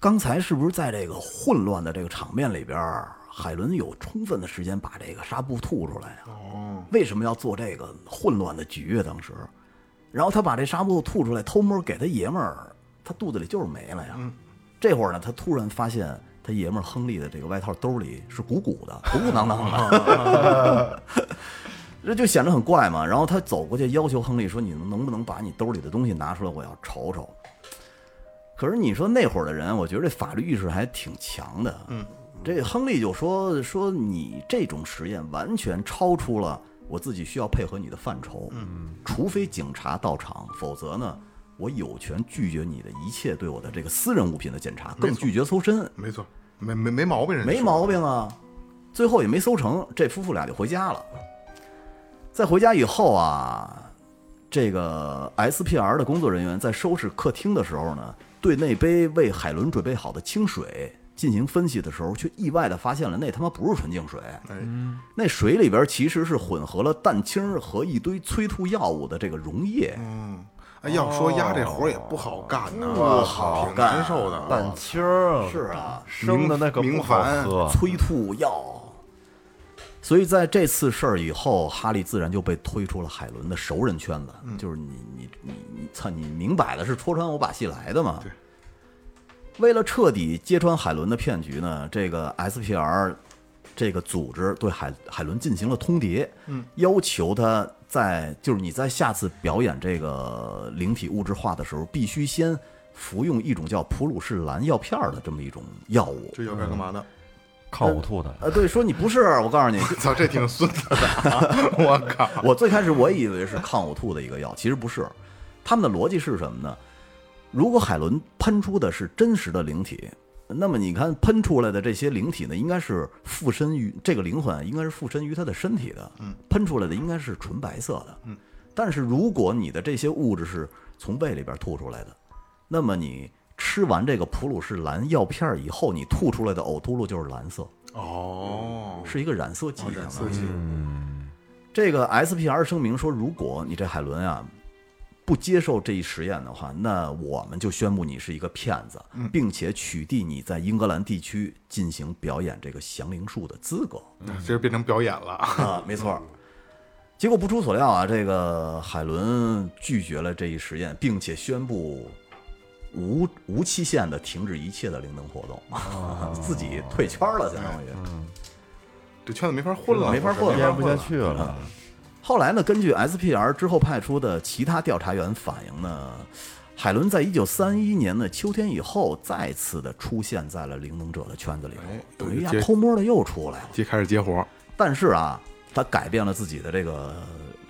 [SPEAKER 6] 刚才是不是在这个混乱的这个场面里边儿，海伦有充分的时间把这个纱布吐出来呀、为什么要做这个混乱的局啊？当时，然后他把这纱布吐出来，偷摸给他爷们儿，他肚子里就是没了呀。这会儿呢，他突然发现他爷们儿亨利的这个外套兜里是鼓鼓的，鼓鼓囊囊的，这就显得很怪嘛。然后他走过去要求亨利说：“你能不能把你兜里的东西拿出来，我要瞅瞅。”可是你说那会儿的人，我觉得这法律意识还挺强的。嗯，这亨利就说说你这种实验完全超出了我自己需要配合你的范畴。嗯，除非警察到场，否则呢，我有权拒绝你的一切对我的这个私人物品的检查，更拒绝搜身。
[SPEAKER 1] 没错，没没没毛病， 人家
[SPEAKER 6] 没
[SPEAKER 1] 说
[SPEAKER 6] 毛病啊。最后也没搜成，这夫妇俩就回家了。在回家以后啊，这个 SPR 的工作人员在收拾客厅的时候呢，对那杯为海伦准备好的清水进行分析的时候，却意外的发现了那他妈不是纯净水，那水里边其实是混合了蛋清和一堆催吐药物的这个溶液，
[SPEAKER 1] 哎，要说压这活儿也不好干呐，
[SPEAKER 6] 哦不好干
[SPEAKER 1] 挺难受的。啊
[SPEAKER 7] 蛋清儿
[SPEAKER 6] 是啊，
[SPEAKER 7] 生的那可不好
[SPEAKER 1] 明
[SPEAKER 7] 喝，
[SPEAKER 6] 催吐药。所以在这次事儿以后，哈利自然就被推出了海伦的熟人圈子，就是你你你你操，你明摆的是戳穿我把戏来的嘛。
[SPEAKER 1] 对。
[SPEAKER 6] 为了彻底揭穿海伦的骗局呢，这个 SPR 这个组织对海海伦进行了通牒，嗯，要求他在就是你在下次表演这个灵体物质化的时候，必须先服用一种叫普鲁士蓝药片儿的这么一种药物，
[SPEAKER 1] 这要干干嘛呢？
[SPEAKER 7] 靠呕吐的，
[SPEAKER 6] 呃，对，说你不是，我告诉你，
[SPEAKER 1] 操，这挺孙子的啊，我靠！
[SPEAKER 6] 我最开始我也以为是抗呕吐的一个药，其实不是。他们的逻辑是什么呢？如果海伦喷出的是真实的灵体，那么你看喷出来的这些灵体呢，应该是附身于这个灵魂，应该是附身于他的身体的。嗯，喷出来的应该是纯白色的。嗯，但是如果你的这些物质是从胃里边吐出来的，那么你吃完这个普鲁士蓝药片儿以后，你吐出来的呕吐物就是蓝色，
[SPEAKER 1] 哦，
[SPEAKER 6] 是一个染色剂、
[SPEAKER 1] 哦染色剂
[SPEAKER 6] 这个 SPR 声明说，如果你这海伦啊不接受这一实验的话，那我们就宣布你是一个骗子，并且取缔你在英格兰地区进行表演这个降灵术的资格。
[SPEAKER 1] 这就变成表演了。
[SPEAKER 6] 啊，没错儿。结果不出所料啊，这个海伦拒绝了这一实验，并且宣布无无期限的停止一切的灵能活动， 自己退圈了，相当于。
[SPEAKER 1] 这圈子没法混了，
[SPEAKER 6] 没法混了
[SPEAKER 1] 没
[SPEAKER 7] 咽
[SPEAKER 1] 法
[SPEAKER 7] 不
[SPEAKER 1] 混
[SPEAKER 7] 下
[SPEAKER 1] 了。
[SPEAKER 7] 去了。
[SPEAKER 6] 后来呢，根据 SPR 之后派出的其他调查员反映呢，海伦在一九三一年的秋天以后，再次的出现在了灵能者的圈子里头，等于呀
[SPEAKER 1] 这
[SPEAKER 6] 偷摸的又出来了。
[SPEAKER 1] 接开始接活，
[SPEAKER 6] 但是啊，他改变了自己的这个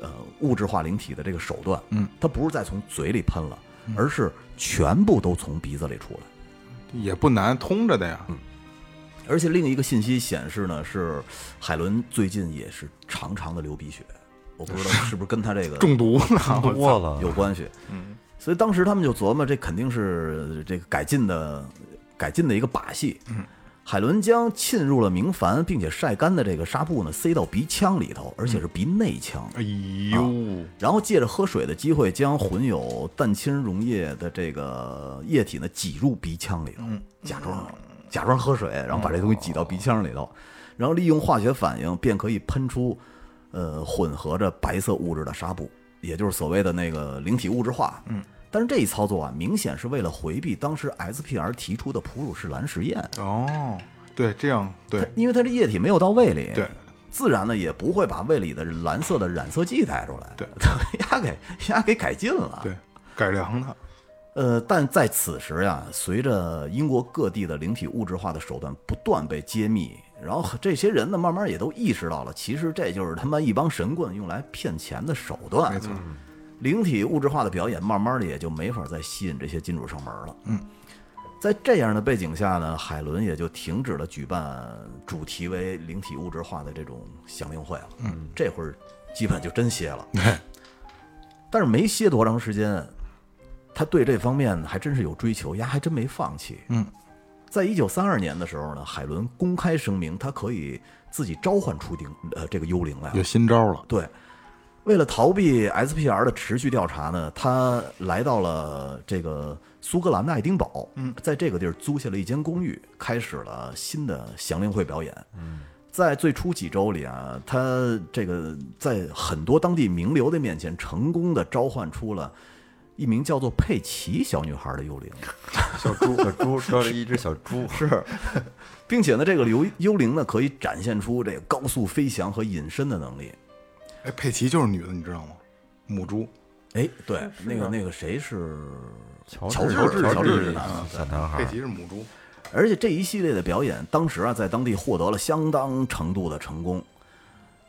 [SPEAKER 6] 呃物质化灵体的这个手段，嗯，他不是再从嘴里喷了，而是全部都从鼻子里出来。
[SPEAKER 1] 也不难，通着的呀。
[SPEAKER 6] 而且另一个信息显示呢，是海伦最近也是常常的流鼻血，我不知道是不是跟他这个
[SPEAKER 1] 中毒了，
[SPEAKER 7] 多 了，
[SPEAKER 6] 有关系。嗯，所以当时他们就琢磨，这肯定是这个改进的改进的一个把戏。嗯，海伦将浸入了明矾并且晒干的这个纱布呢，塞到鼻腔里头，而且是鼻内腔。
[SPEAKER 1] 哎呦，
[SPEAKER 6] 然后借着喝水的机会，将混有蛋清溶液的这个液体呢挤入鼻腔里头，
[SPEAKER 1] 嗯
[SPEAKER 6] 假装假装喝水，然后把这东西挤到鼻腔里
[SPEAKER 1] 嗯
[SPEAKER 6] 头，然后利用化学反应便可以喷出，呃，混合着白色物质的纱布，也就是所谓的那个灵体物质化。嗯，但是这一操作啊，明显是为了回避当时 SPR 提出的普鲁士蓝实验，
[SPEAKER 1] 哦，对，这样对
[SPEAKER 6] 因为它这液体没有到胃里。
[SPEAKER 1] 对。
[SPEAKER 6] 自然呢，也不会把胃里的蓝色的染色剂带出来，
[SPEAKER 1] 对，
[SPEAKER 6] 压给压给改进了，
[SPEAKER 1] 对，改良的，
[SPEAKER 6] 呃，但在此时呀，随着英国各地的灵体物质化的手段不断被揭秘，然后这些人呢，慢慢也都意识到了，其实这就是他妈一帮神棍用来骗钱的手段。啊
[SPEAKER 1] 没错，
[SPEAKER 6] 灵体物质化的表演，慢慢的也就没法再吸引这些金主上门了。嗯，在这样的背景下呢，海伦也就停止了举办主题为灵体物质化的这种响应会了。嗯，哎这会儿基本就真歇 了。但是没歇多长时间，他对这方面还真是有追求，丫还真没放弃。嗯，在一九三二年的时候呢，海伦公开声明，他可以自己召唤出灵呃这个幽灵来了
[SPEAKER 1] 有。新招了。
[SPEAKER 6] 对，为了逃避 SPR 的持续调查呢，他来到了这个苏格兰的爱丁堡，嗯，在这个地儿租下了一间公寓，开始了新的祥林会表演。嗯，在最初几周里啊，他这个在很多当地名流的面前，成功的召唤出了。一名叫做佩奇小女孩的幽 灵，
[SPEAKER 7] 小猪，小猪抓了一只小猪，是
[SPEAKER 6] 并且呢，这个幽幽灵呢可以展现出这个高速飞翔和隐身的能力。
[SPEAKER 1] 哎，佩奇就是女的，你知道吗？母猪，
[SPEAKER 6] 哎，对，那个那个谁是
[SPEAKER 7] 乔
[SPEAKER 6] 乔
[SPEAKER 7] 治，
[SPEAKER 6] 治乔
[SPEAKER 7] 乔
[SPEAKER 6] 治
[SPEAKER 7] 治
[SPEAKER 6] 是
[SPEAKER 7] 是
[SPEAKER 6] 男的
[SPEAKER 7] 小男孩
[SPEAKER 1] 佩
[SPEAKER 7] 儿，
[SPEAKER 1] 奇是母猪，
[SPEAKER 6] 而且这一系列的表演，当时啊，在当地获得了相当程度的成功。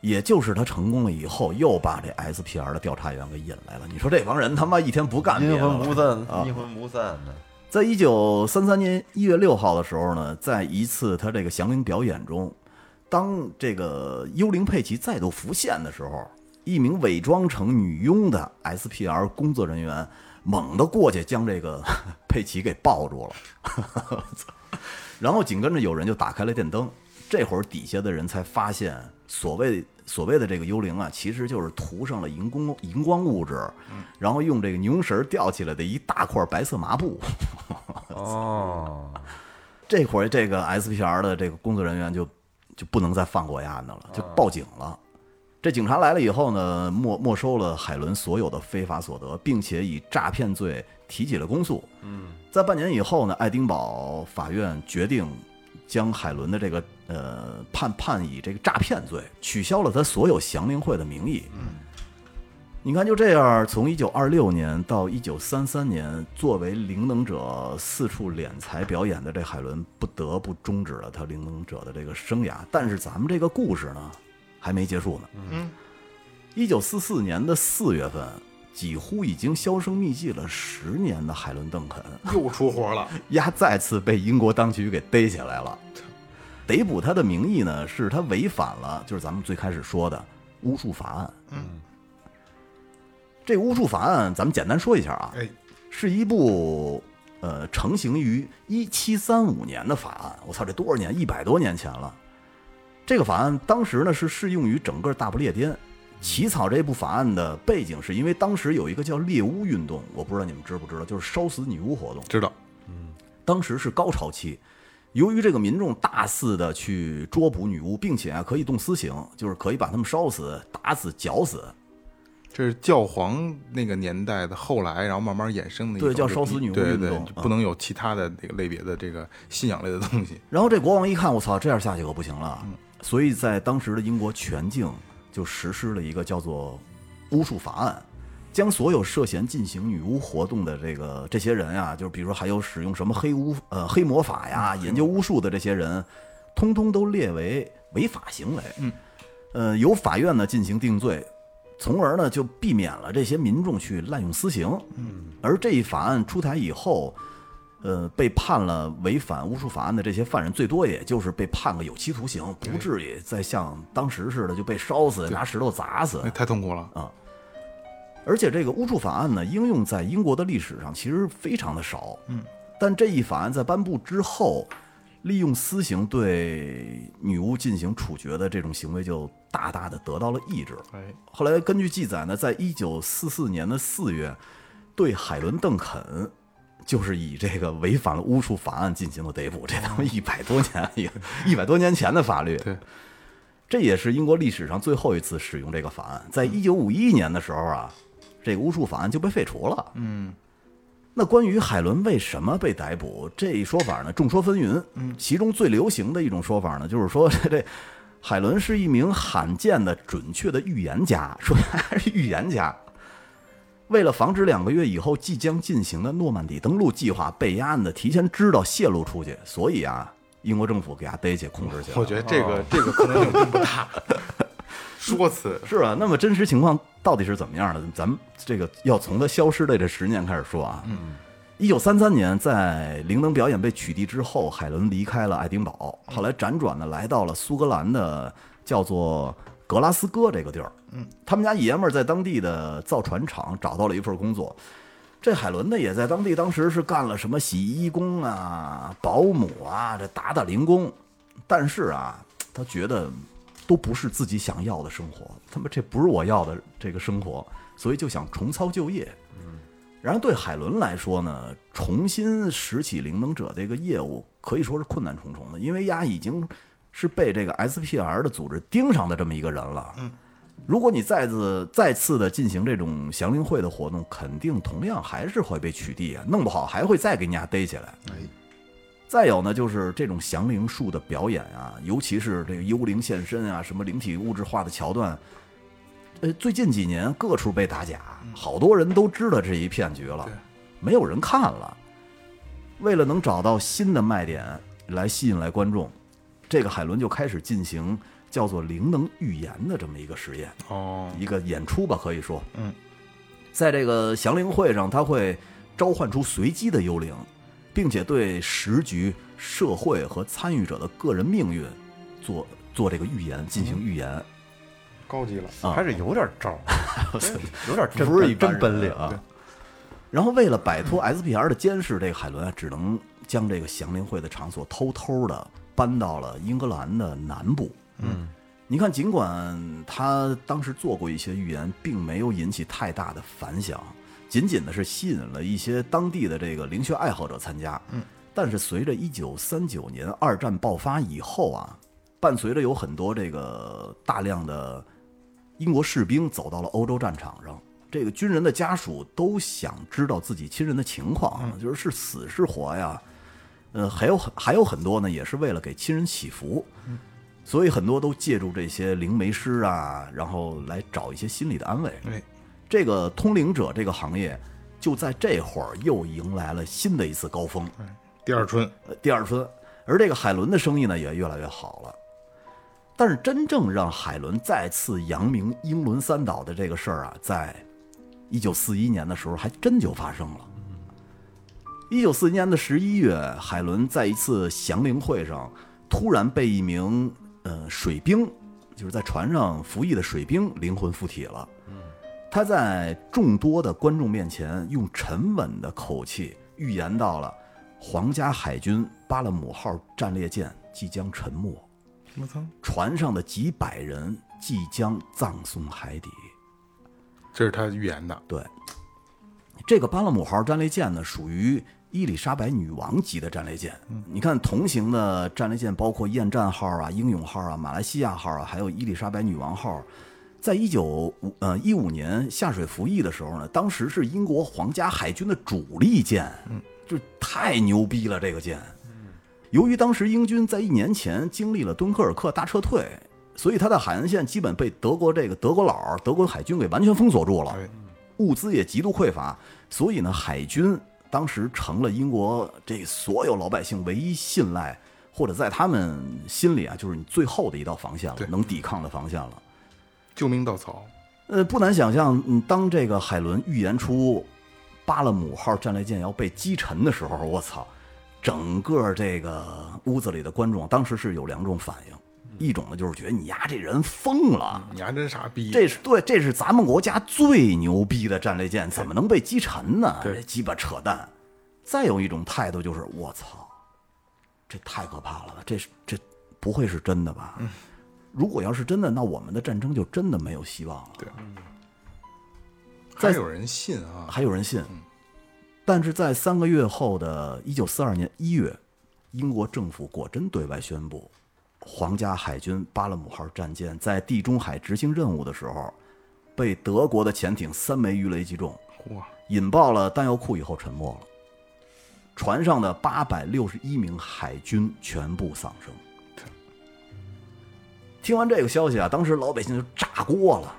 [SPEAKER 6] 也就是他成功了以后，又把这 SPR 的调查员给引来了。你说这帮人他妈一天不干别
[SPEAKER 7] 阴
[SPEAKER 6] 的
[SPEAKER 7] 魂
[SPEAKER 6] 了。
[SPEAKER 7] 不散，阴魂不散的。
[SPEAKER 6] 在一九三三年一月六号的时候呢，在一次他这个降临表演中，当这个幽灵佩奇再度浮现的时候，一名伪装成女佣的 SPR 工作人员猛地过去将这个 佩奇给抱住了。 然后紧跟着有人就打开了电灯，这会儿底下的人才发现，所谓所谓的这个幽灵啊，其实就是涂上了荧光荧光物质，然后用这个牛绳吊起来的一大块白色麻布。
[SPEAKER 7] 啊哦，
[SPEAKER 6] 这会儿这个 SPR 的这个工作人员就就不能再放过丫的了，就报警了。这警察来了以后呢，没没收了海伦所有的非法所得，并且以诈骗罪提起了公诉。嗯，在半年以后呢，爱丁堡法院决定将海伦的这个呃判判以这个诈骗罪，取消了他所有祥林会的名义。嗯，你看，就这样，从一九二六年到一九三三年，作为灵能者四处敛财表演的这海伦，不得不终止了他灵能者的这个生涯。但是咱们这个故事呢，还没结束呢。嗯，一九四四年的四月份，几乎已经销声匿迹了十年的海伦·邓肯，
[SPEAKER 1] 又出活了。
[SPEAKER 6] 丫再次被英国当局给逮起来了。逮捕他的名义呢，是他违反了，就是咱们最开始说的巫术法案。嗯，这巫术法案咱们简单说一下啊，
[SPEAKER 1] 哎，
[SPEAKER 6] 是一部呃成型于一七三五年的法案。我操，这多少年？一百多年前了。这个法案当时呢是适用于整个大不列颠。起草这部法案的背景是因为当时有一个叫猎巫运动，我不知道你们知不知道，就是烧死女巫活动。
[SPEAKER 1] 知道，
[SPEAKER 6] 当时是高潮期，由于这个民众大肆的去捉捕女巫，并且啊可以动私刑，就是可以把他们烧死、打死、绞死。
[SPEAKER 1] 这是教皇那个年代的后来，然后慢慢衍生的一种
[SPEAKER 6] 对
[SPEAKER 1] 这
[SPEAKER 6] 叫
[SPEAKER 1] 个。
[SPEAKER 6] 烧死女巫
[SPEAKER 1] 对
[SPEAKER 6] 运
[SPEAKER 1] 对
[SPEAKER 6] 动
[SPEAKER 1] 就
[SPEAKER 6] 啊
[SPEAKER 1] 不能有其他的这个类别的这个信仰类的东西。
[SPEAKER 6] 然后这国王一看，我操，这样下去可不行了。所以在当时的英国全境就实施了一个叫做巫术法案，将所有涉嫌进行女巫活动的这个这些人啊，就是比如说还有使用什么黑巫呃黑魔法呀、研究巫术的这些人，通通都列为违法行为。嗯，呃，由法院呢进行定罪。从而呢，就避免了这些民众去滥用私刑。嗯，而这一法案出台以后，呃，被判了违反巫术法案的这些犯人，最多也就是被判个有期徒刑，不至于再像当时似的就被烧死、拿石头砸死
[SPEAKER 1] 那。太痛苦了。
[SPEAKER 6] 而且这个巫术法案呢，应用在英国的历史上其实非常的少。嗯，但这一法案在颁布之后，利用私刑对女巫进行处决的这种行为就大大的得到了抑制。
[SPEAKER 1] 哎，
[SPEAKER 6] 后来根据记载呢，在一九四四年的四月，对海伦·邓肯，就是以这个违反了巫术法案进行了逮捕。这他妈一百多年，一一百多年前的法律。
[SPEAKER 1] 对，
[SPEAKER 6] 这也是英国历史上最后一次使用这个法案。在一九五一年的时候啊，这个巫术法案就被废除了。嗯。那关于海伦为什么被逮捕这一说法呢，众说纷纭。嗯，其中最流行的一种说法呢，就是说 这这海伦是一名罕见的准确的预言家，说他是预言家。为了防止两个月以后即将进行的诺曼底登陆计划被压案的提前知道泄露出去，所以啊，英国政府给他逮起来控制起来了。
[SPEAKER 1] 我觉得这个这个可能性并不 大。说辞
[SPEAKER 6] 是啊，那么真实情况到底是怎么样的？咱们这个要从他消失的这十年开始说啊。嗯，一九三三年，在灵能表演被取缔之后，海伦离开了爱丁堡，后来辗转的来到了苏格兰的叫做格拉斯哥这个地儿。嗯，他们家爷们儿在当地的造船厂找到了一份工作。这海伦呢，也在当地当时是干了什么洗衣工啊、保姆啊，这打打零工。但是啊，他觉得都不是自己想要的生活，他妈这不是我要的这个生活，所以就想重操旧业。然而对海伦来说呢，重新拾起灵能者这个业务可以说是困难重重的，因为丫已经是被这个 SPR 的组织盯上的这么一个人了。嗯，如果你再次再次的进行这种祥林会的活动，肯定同样还是会被取缔啊，弄不好还会再给人家逮起来。再有呢，就是这种降灵术的表演啊，尤其是这个幽灵现身啊，什么灵体物质化的桥段，呃，最近几年各处被打假，好多人都知道这一骗局了，没有人看了。为了能找到新的卖点来吸引来观众，这个海伦就开始进行叫做灵能预言的这么一个实验。
[SPEAKER 1] 哦，
[SPEAKER 6] 一个演出吧，可以说，嗯，在这个降灵会上，他会召唤出随机的幽灵，并且对时局、社会和参与者的个人命运做做这个预言，进行预言。
[SPEAKER 1] 高级了。
[SPEAKER 7] 还是有点 招儿，有点真
[SPEAKER 6] 不是一
[SPEAKER 7] 本
[SPEAKER 6] 般
[SPEAKER 7] 真本领
[SPEAKER 6] 人啊然后为了摆脱 SPR 的监视，这个海伦啊，只能将这个降灵会的场所偷偷的搬到了英格兰的南部。嗯，你看，尽管他当时做过一些预言，并没有引起太大的反响，仅仅的是吸引了一些当地的这个灵学爱好者参加。嗯，但是随着1939年二战爆发以后啊，伴随着有很多这个大量的英国士兵走到了欧洲战场上，这个军人的家属都想知道自己亲人的情况，啊就是是死是活呀。呃，还有很还有很多呢，也是为了给亲人祈福，所以很多都借助这些灵媒师啊，然后来找一些心理的安慰。
[SPEAKER 1] 哎，
[SPEAKER 6] 这个通灵者这个行业就在这会儿又迎来了新的一次高峰。
[SPEAKER 1] 第二春，
[SPEAKER 6] 呃第二春，而这个海伦的生意呢也越来越好了。但是真正让海伦再次扬名英伦三岛的这个事儿啊，在一九四一年的时候还真就发生了。一九四一年的十一月，海伦在一次降灵会上突然被一名呃水兵，就是在船上服役的水兵灵魂附体了。他在众多的观众面前用沉稳的口气预言到了皇家海军巴勒姆号战列舰即将沉没，
[SPEAKER 1] 我操，
[SPEAKER 6] 船上的几百人即将葬送海底。
[SPEAKER 1] 这是他预言的。
[SPEAKER 6] 对，这个巴勒姆号战列舰呢，属于伊丽莎白女王级的战列舰。你看，同型的战列舰包括厌战号啊、英勇号啊、马来西亚号啊，还有伊丽莎白女王号，在一九五呃一五年下水服役的时候呢，当时是英国皇家海军的主力舰，嗯，就太牛逼了这个舰。由于当时英军在一年前经历了敦刻尔克大撤退，所以它的海岸线基本被德国这个德国佬儿、德国海军给完全封锁住了
[SPEAKER 1] 哎，
[SPEAKER 6] 物资也极度匮乏，所以呢，海军当时成了英国这所有老百姓唯一信赖，或者在他们心里啊，就是你最后的一道防线了
[SPEAKER 1] 对，
[SPEAKER 6] 能抵抗的防线了。
[SPEAKER 1] 救命稻草，
[SPEAKER 6] 呃，不难想象，嗯，当这个海伦预言出巴勒姆号战列舰要被击沉的时候，我操，整个这个屋子里的观众当时是有两种反应，一种呢就是觉得你丫这人疯了，
[SPEAKER 1] 你还真傻逼，
[SPEAKER 6] 这是对，这是咱们国家最牛逼的战列舰，怎么能被击沉呢？
[SPEAKER 1] 对
[SPEAKER 6] 这鸡巴扯淡。再有一种态度就是，我操，这太可怕了吧？这是这不会是真的吧？
[SPEAKER 1] 嗯
[SPEAKER 6] 如果要是真的，那我们的战争就真的没有希望了。
[SPEAKER 1] 对，
[SPEAKER 6] 在
[SPEAKER 1] 还有人信啊？
[SPEAKER 6] 还有人信。但是在三个月后的1942年1月，英国政府果真对外宣布，皇家海军巴勒姆号战舰在地中海执行任务的时候，被德国的潜艇三枚鱼雷击中，
[SPEAKER 1] 哇，
[SPEAKER 6] 引爆了弹药库以后沉没了。船上的八百六十一名海军全部丧生。听完这个消息啊，当时老百姓就炸锅了，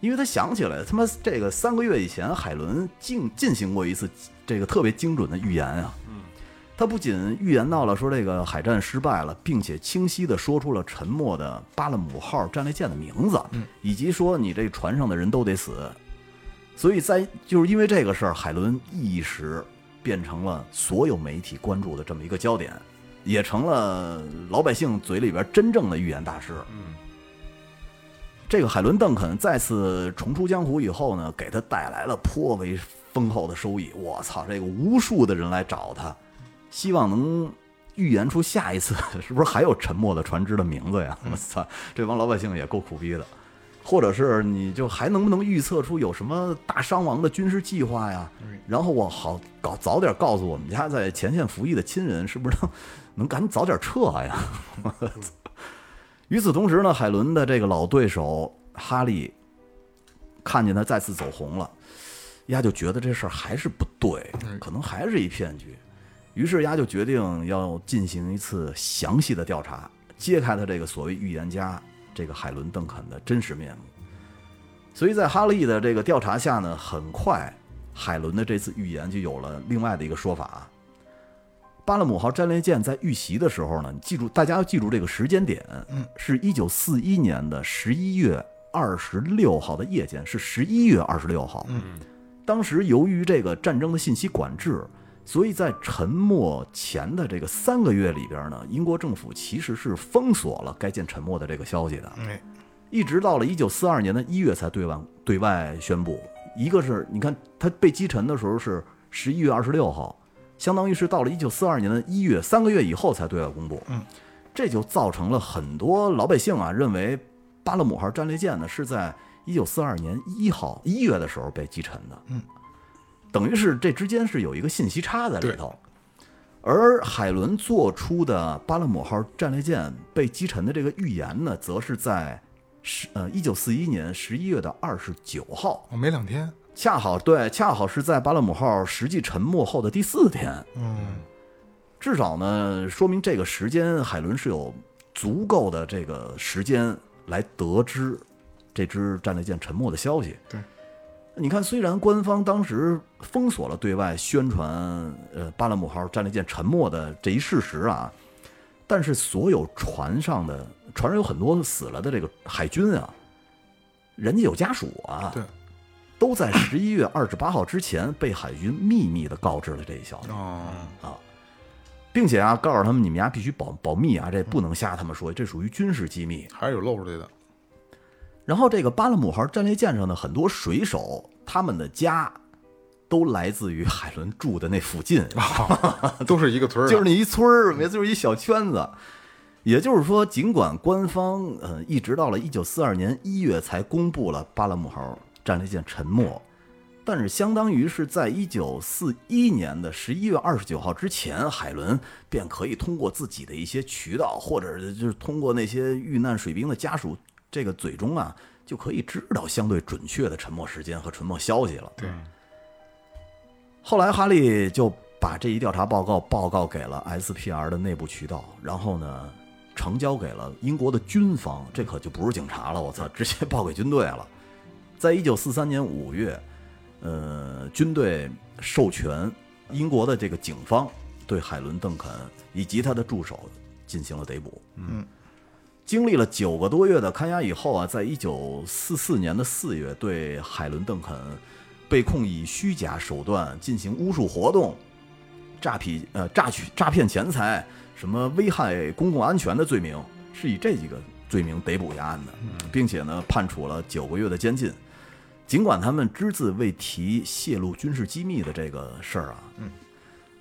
[SPEAKER 6] 因为他想起来他妈这个三个月以前海伦进进行过一次这个特别精准的预言啊。他不仅预言到了说这个海战失败了，并且清晰地说出了沉没的巴勒姆号战列舰的名字，以及说你这船上的人都得死，所以在就是因为这个事儿，海伦一时变成了所有媒体关注的这么一个焦点，也成了老百姓嘴里边真正的预言大师。嗯，这个海伦·邓肯再次重出江湖以后呢，给他带来了颇为丰厚的收益。我操，这个无数的人来找他，希望能。预言出下一次 是不是还有沉没的船只的名字呀？我操，这帮老百姓也够苦逼的。或者是你就还能不能预测出有什么大伤亡的军事计划呀？然后我好搞早点告诉我们家在前线服役的亲人，是不是能能赶紧早点撤呀？与此同时呢，海伦的这个老对手哈利看见他再次走红了，丫就觉得这事儿还是不对，可能还是一骗局。于是丫就决定要进行一次详细的调查，揭开他这个所谓预言家这个海伦·邓肯的真实面目。所以在哈利的这个调查下呢，很快海伦的这次预言就有了另外的一个说法啊。巴勒姆号战列舰在遇袭的时候呢，你记住，大家要记住这个时间点，是一九四一年的十一月二十六号的夜间，是十一月二十六号。当时由于这个战争的信息管制，所以在沉没前的这个三个月里边呢，英国政府其实是封锁了该舰沉没的这个消息的，
[SPEAKER 1] 哎，
[SPEAKER 6] 一直到了一九四二年的一月才对外对外宣布。一个是你看它被击沉的时候是十一月二十六号，相当于是到了一九四二年的一月三个月以后才对外公布。嗯，这就造成了很多老百姓啊认为巴勒姆号战列舰呢是在一九四二年一号一月的时候被击沉的。嗯，等于是这之间是有一个信息差在里头。而海伦做出的巴勒姆号战列舰被击沉的这个预言呢，则是在十呃一九四一年十一月的二十九号，
[SPEAKER 1] 哦我没两天，
[SPEAKER 6] 恰好对，恰好是在巴勒姆号实际沉没后的第四天。
[SPEAKER 1] 嗯，
[SPEAKER 6] 至少呢，说明这个时间海伦是有足够的这个时间来得知这支战列舰沉没的消息。
[SPEAKER 1] 对，
[SPEAKER 6] 你看，虽然官方当时封锁了对外宣传呃巴勒姆号战列舰沉没的这一事实啊，但是所有船上的船上有很多死了的这个海军啊，人家有家属啊，
[SPEAKER 1] 对，
[SPEAKER 6] 都在十一月二十八号之前被海军秘密的告知了这一消息。
[SPEAKER 1] 哦，
[SPEAKER 6] 并且啊，告诉他们你们家必须保保密啊，这不能瞎他们说，这属于军事机密。
[SPEAKER 1] 还是有露出来的，
[SPEAKER 6] 然后这个巴勒姆号战列舰上的很多水手，他们的家都来自于海伦住的那附近，
[SPEAKER 1] 都是一个村儿的，
[SPEAKER 6] 就是那一村儿，没就是一小圈子。也就是说，尽管官方呃一直到了一九四二年一月才公布了巴勒姆号战列舰沉没，但是相当于是在一九四一年的十一月二十九号之前，海伦便可以通过自己的一些渠道，或者就是通过那些遇难水兵的家属这个嘴中啊，就可以知道相对准确的沉没时间和沉没消息了。
[SPEAKER 1] 对，
[SPEAKER 6] 后来哈利就把这一调查报告报告给了 SPR 的内部渠道，然后呢，呈交给了英国的军方，这可就不是警察了，我操，直接报给军队了。在一九四三年五月，呃，军队授权英国的这个警方对海伦·邓肯以及他的助手进行了逮捕。
[SPEAKER 1] 嗯，
[SPEAKER 6] 经历了九个多月的看押以后啊，在一九四四年的四月，对海伦·邓肯被控以虚假手段进行巫术活动、诈骗呃诈取诈骗钱财、什么危害公共安全的罪名，是以这几个罪名逮捕押案的，并且呢判处了九个月的监禁。尽管他们只字未提泄露军事机密的这个事儿啊，嗯，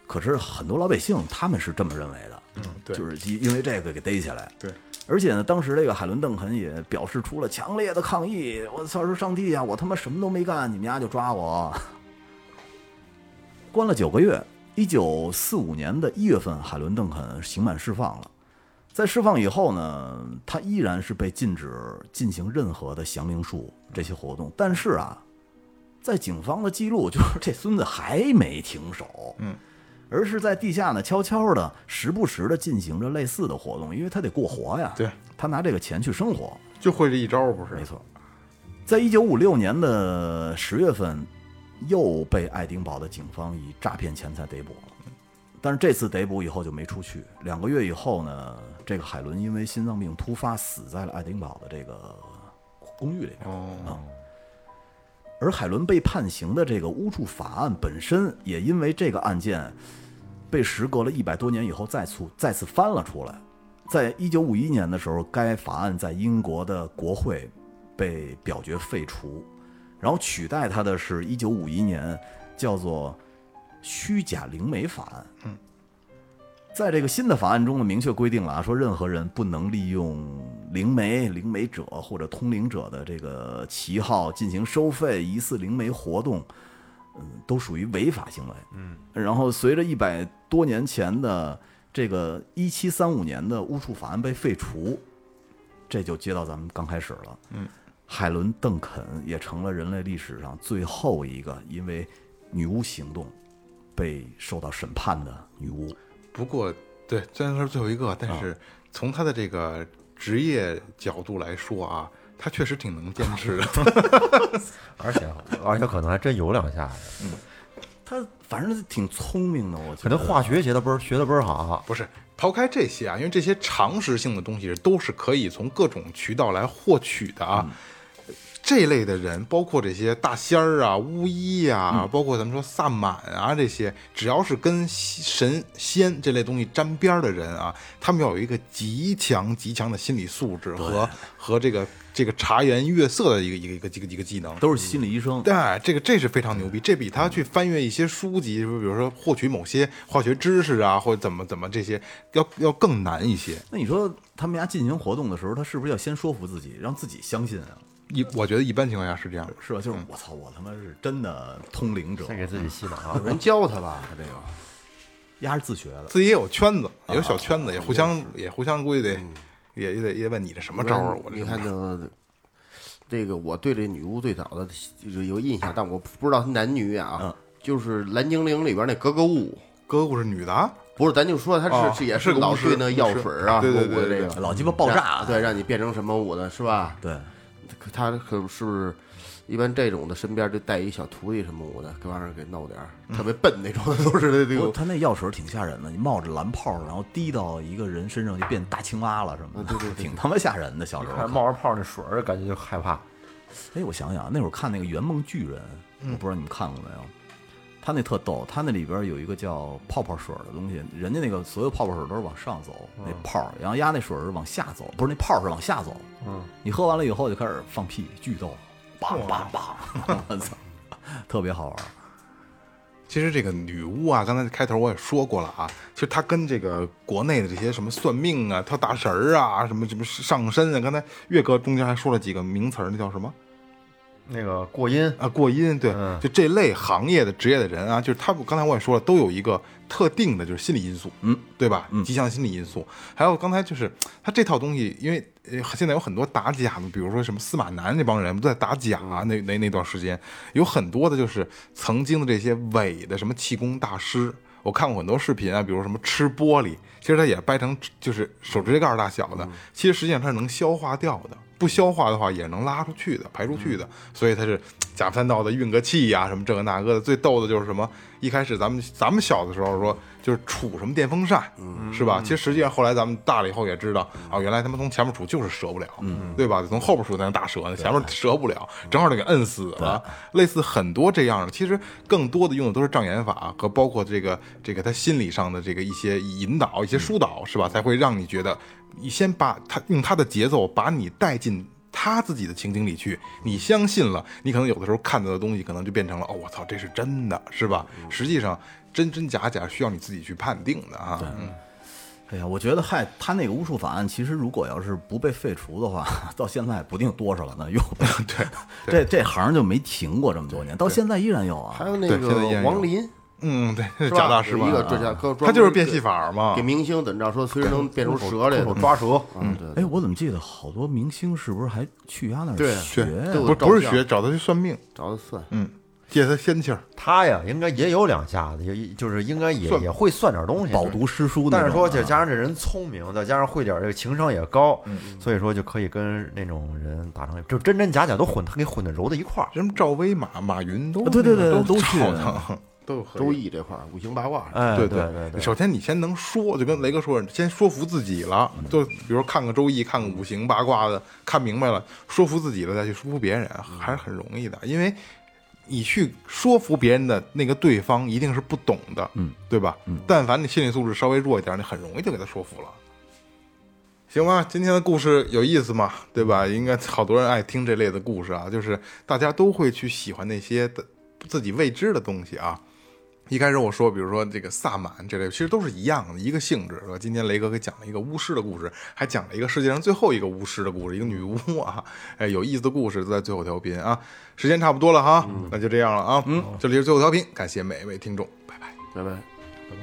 [SPEAKER 6] 可是很多老百姓他们是这么认为的，嗯，
[SPEAKER 1] 对
[SPEAKER 6] 就是因因为这个给逮起来，
[SPEAKER 1] 对，
[SPEAKER 6] 而且呢，当时这个海伦·邓肯也表示出了强烈的抗议。我操，说上帝啊，我他妈什么都没干，你们家就抓我。 关了九个月，一九四五年的一月份，海伦·邓肯刑满释放了。在释放以后呢，他依然是被禁止进行任何的降灵术这些活动。但是啊，在警方的记录就是这孙子还没停手。而是在地下呢悄悄的、时不时的进行着类似的活动，因为他得过活呀。
[SPEAKER 1] 对，
[SPEAKER 6] 他拿这个钱去生活。
[SPEAKER 1] 就会这一招，不是？
[SPEAKER 6] 没错，在一九五六年的十月份，又被爱丁堡的警方以诈骗钱财逮捕了。但是这次逮捕以后就没出去。两个月以后呢，这个海伦因为心脏病突发死在了爱丁堡的这个公寓里面。
[SPEAKER 1] 哦，
[SPEAKER 6] 而海伦被判刑的这个巫术法案本身，也因为这个案件，被时隔了一百多年以后再次再次翻了出来。在一九五一年的时候，该法案在英国的国会被表决废除，然后取代它的是一九五一年叫做虚假灵媒法案。嗯，在这个新的法案中呢，明确规定了啊，说任何人不能利用灵媒、灵媒者或者通灵者的这个旗号进行收费疑似灵媒活动，嗯，都属于违法行为。嗯，然后随着一百多年前的这个一七三五年的巫术法案被废除，这就接到咱们刚开始了。嗯，海伦·邓肯也成了人类历史上最后一个因为女巫行动被受到审判的女巫。
[SPEAKER 1] 不过对，虽然他是最后一个，但是从他的这个职业角度来说啊，他确实挺能坚持的。
[SPEAKER 7] 而且而且可能还真有两下子，
[SPEAKER 6] 他反正挺聪明的，我觉
[SPEAKER 7] 可
[SPEAKER 6] 得
[SPEAKER 7] 能化学学的倍儿学的倍儿好，
[SPEAKER 1] 不是，抛开这些啊，因为这些常识性的东西都是可以从各种渠道来获取的啊。这类的人，包括这些大仙儿啊、巫医啊，包括咱们说萨满啊这些，只要是跟西神仙这类东西沾边儿的人啊，他们要有一个极强极强的心理素质和和这个这个察言悦色的一个一个一个一个一个技能。
[SPEAKER 6] 都是心理医生。
[SPEAKER 1] 对，这个这是非常牛逼，这比他去翻阅一些书籍，比如说获取某些化学知识啊，或者怎么怎么这些，要要更难一些。
[SPEAKER 6] 那你说他们家进行活动的时候，他是不是要先说服自己，让自己相信啊？
[SPEAKER 1] 一我觉得一般情况下是这样的。
[SPEAKER 6] 是吧？就是我操，我他妈是真的通灵者，
[SPEAKER 7] 先给自己洗脑啊
[SPEAKER 2] 有人教他吧，他这个。
[SPEAKER 6] 丫是自学的。
[SPEAKER 1] 自己也有圈子，也有小圈子，也互
[SPEAKER 2] 啊
[SPEAKER 1] 相也互相估计得，也也得也得问你这什么招儿啊？我这
[SPEAKER 2] 嗯你看这，这个我对这女巫最早的就是有印象，但我不知道她男女啊，就是《蓝精灵》里边那格格巫，
[SPEAKER 1] 哥哥是女的啊，
[SPEAKER 2] 不是，咱就说她是、
[SPEAKER 1] 哦
[SPEAKER 2] 是也
[SPEAKER 1] 是个巫
[SPEAKER 2] 老
[SPEAKER 1] 师
[SPEAKER 2] 兑那
[SPEAKER 1] 巫师
[SPEAKER 2] 药水啊，
[SPEAKER 1] 对对
[SPEAKER 2] 蘑菇的
[SPEAKER 1] 对
[SPEAKER 2] 这
[SPEAKER 1] 对
[SPEAKER 2] 个
[SPEAKER 6] 老鸡巴爆炸啊
[SPEAKER 2] 让对，让你变成什么我的是吧？
[SPEAKER 6] 对，
[SPEAKER 2] 可他可是不是一般这种的身边就带一小徒弟什么我的，给玩意儿给弄点儿
[SPEAKER 1] 嗯
[SPEAKER 2] 特别笨那种的，都 是这
[SPEAKER 6] 不过
[SPEAKER 2] 种。
[SPEAKER 6] 他那药水挺吓人的，你冒着蓝泡，然后滴到一个人身上就变大青蛙了什么的，对对 挺他妈吓人的。小时候
[SPEAKER 7] 还
[SPEAKER 6] 看
[SPEAKER 7] 冒着泡那水儿，感觉就害怕。
[SPEAKER 6] 哎，我想想，那会儿看那个《圆梦巨人》，我不知道你们看过没有？他那特逗，他那里边有一个叫泡泡水儿的东西，人家那个所有泡泡水儿都是往上走，那泡儿，然后压那水儿是往下走，不是那泡儿是往下走。嗯，你喝完了以后就开始放屁，巨逗，梆梆梆，我操，特别好玩儿。
[SPEAKER 1] 其实这个女巫啊，刚才开头我也说过了啊，其实她跟这个国内的这些什么算命啊、跳大神儿啊、什么什么上身啊，刚才岳哥中间还说了几个名词儿，那叫什么？
[SPEAKER 7] 那个过阴，
[SPEAKER 1] 啊，过阴，对，
[SPEAKER 7] 嗯
[SPEAKER 1] 就这类行业的职业的人啊，就是他们刚才我也说了，都有一个特定的，就是心理因素，嗯，对吧？吉祥心理因素，还有刚才就是他这套东西，因为呃现在有很多打假的，比如说什么司马南那帮人不都在打假、啊那那那段时间，有很多的就是曾经的这些伪的什么气功大师。我看过很多视频啊，比如什么吃玻璃，其实它也掰成就是手指甲盖儿大小的，其实实际上它是能消化掉的，不消化的话也是能拉出去的、排出去的，所以它是假三道的运个气呀、什么这个那个的。最逗的就是什么，一开始咱们咱们小的时候说就是杵什么电风扇，是吧？其实实际上后来咱们大了以后也知道啊，原来他们从前面杵就是折不了，对吧？从后边杵才能打折呢，前面折不了，正好就给摁死了。类似很多这样的，其实更多的用的都是障眼法和包括这个这个他心理上的这个一些引导、一些疏导，是吧？才会让你觉得你先把他用他的节奏把你带进。他自己的情景里去，你相信了，你可能有的时候看到的东西，可能就变成了哦，我操，这是真的，是吧？实际上真真假假需要你自己去判定的啊。 嗯
[SPEAKER 6] 哎呀，我觉得嗨，他那个巫术法案，其实如果要是不被废除的话， 到现在不定多少了呢，又被对，这这行就没停过这么多年，到现在依然有啊
[SPEAKER 2] 还。有那
[SPEAKER 1] 对现在也
[SPEAKER 2] 个
[SPEAKER 1] 有
[SPEAKER 2] 王林
[SPEAKER 1] 嗯，对，
[SPEAKER 2] 是吧
[SPEAKER 1] 贾大师
[SPEAKER 2] 有
[SPEAKER 1] 吧，
[SPEAKER 2] 一个
[SPEAKER 1] 啊
[SPEAKER 2] 专家，专
[SPEAKER 1] 他就是变戏法儿嘛
[SPEAKER 2] 给。明星怎么着说，随时能变出蛇来的，
[SPEAKER 7] 抓蛇，
[SPEAKER 2] 嗯，对
[SPEAKER 6] 哎，我怎么记得好多明星是不是还去他那
[SPEAKER 2] 对
[SPEAKER 6] 儿
[SPEAKER 2] 啊
[SPEAKER 6] 学
[SPEAKER 2] 对
[SPEAKER 6] 呀？
[SPEAKER 1] 不是
[SPEAKER 2] 照
[SPEAKER 1] 不是
[SPEAKER 2] 相
[SPEAKER 1] 学，找他去算命，
[SPEAKER 2] 找他算，
[SPEAKER 1] 嗯，借他仙气儿。
[SPEAKER 7] 他呀应该也有两下子，也就是应该也
[SPEAKER 1] 算
[SPEAKER 7] 也会算点东西，
[SPEAKER 6] 饱读诗书那种啊，
[SPEAKER 7] 但是说，就加上这人聪明，再加上会点这个情商也高，
[SPEAKER 1] 嗯
[SPEAKER 7] 所以说就可以跟那种人打成，就真真假假都混，他给混的揉在一块儿。
[SPEAKER 1] 什么赵薇、马马云都
[SPEAKER 6] 啊对对对
[SPEAKER 1] 都
[SPEAKER 6] 都去
[SPEAKER 1] 吵腾，都啊有合
[SPEAKER 2] 周
[SPEAKER 1] 影。
[SPEAKER 2] 易这块儿五行八卦，
[SPEAKER 7] 哎，
[SPEAKER 1] 对
[SPEAKER 7] 对
[SPEAKER 1] 对
[SPEAKER 7] 对，
[SPEAKER 1] 首先你先能说，就跟雷哥说，先说服自己了。就比如看个周易，看个五行八卦的，看明白了，说服自己了，再去说服别人，还是很容易的。因为你去说服别人的那个对方一定是不懂的，嗯，对吧？但凡你心理素质稍微弱一点，你很容易就给他说服了。行吧，今天的故事有意思嘛，对吧？应该好多人爱听这类的故事啊，就是大家都会去喜欢那些的自己未知的东西啊。一开始我说，比如说这个萨满这类，其实都是一样的一个性质，是吧？今天雷哥给讲了一个巫师的故事，还讲了一个世界上最后一个巫师的故事，一个女巫啊，哎，有意思的故事都在最后调频啊。时间差不多了哈，那就这样了啊。嗯，这里是最后调频，感谢每一位听众，拜拜。
[SPEAKER 2] 拜拜。
[SPEAKER 7] 对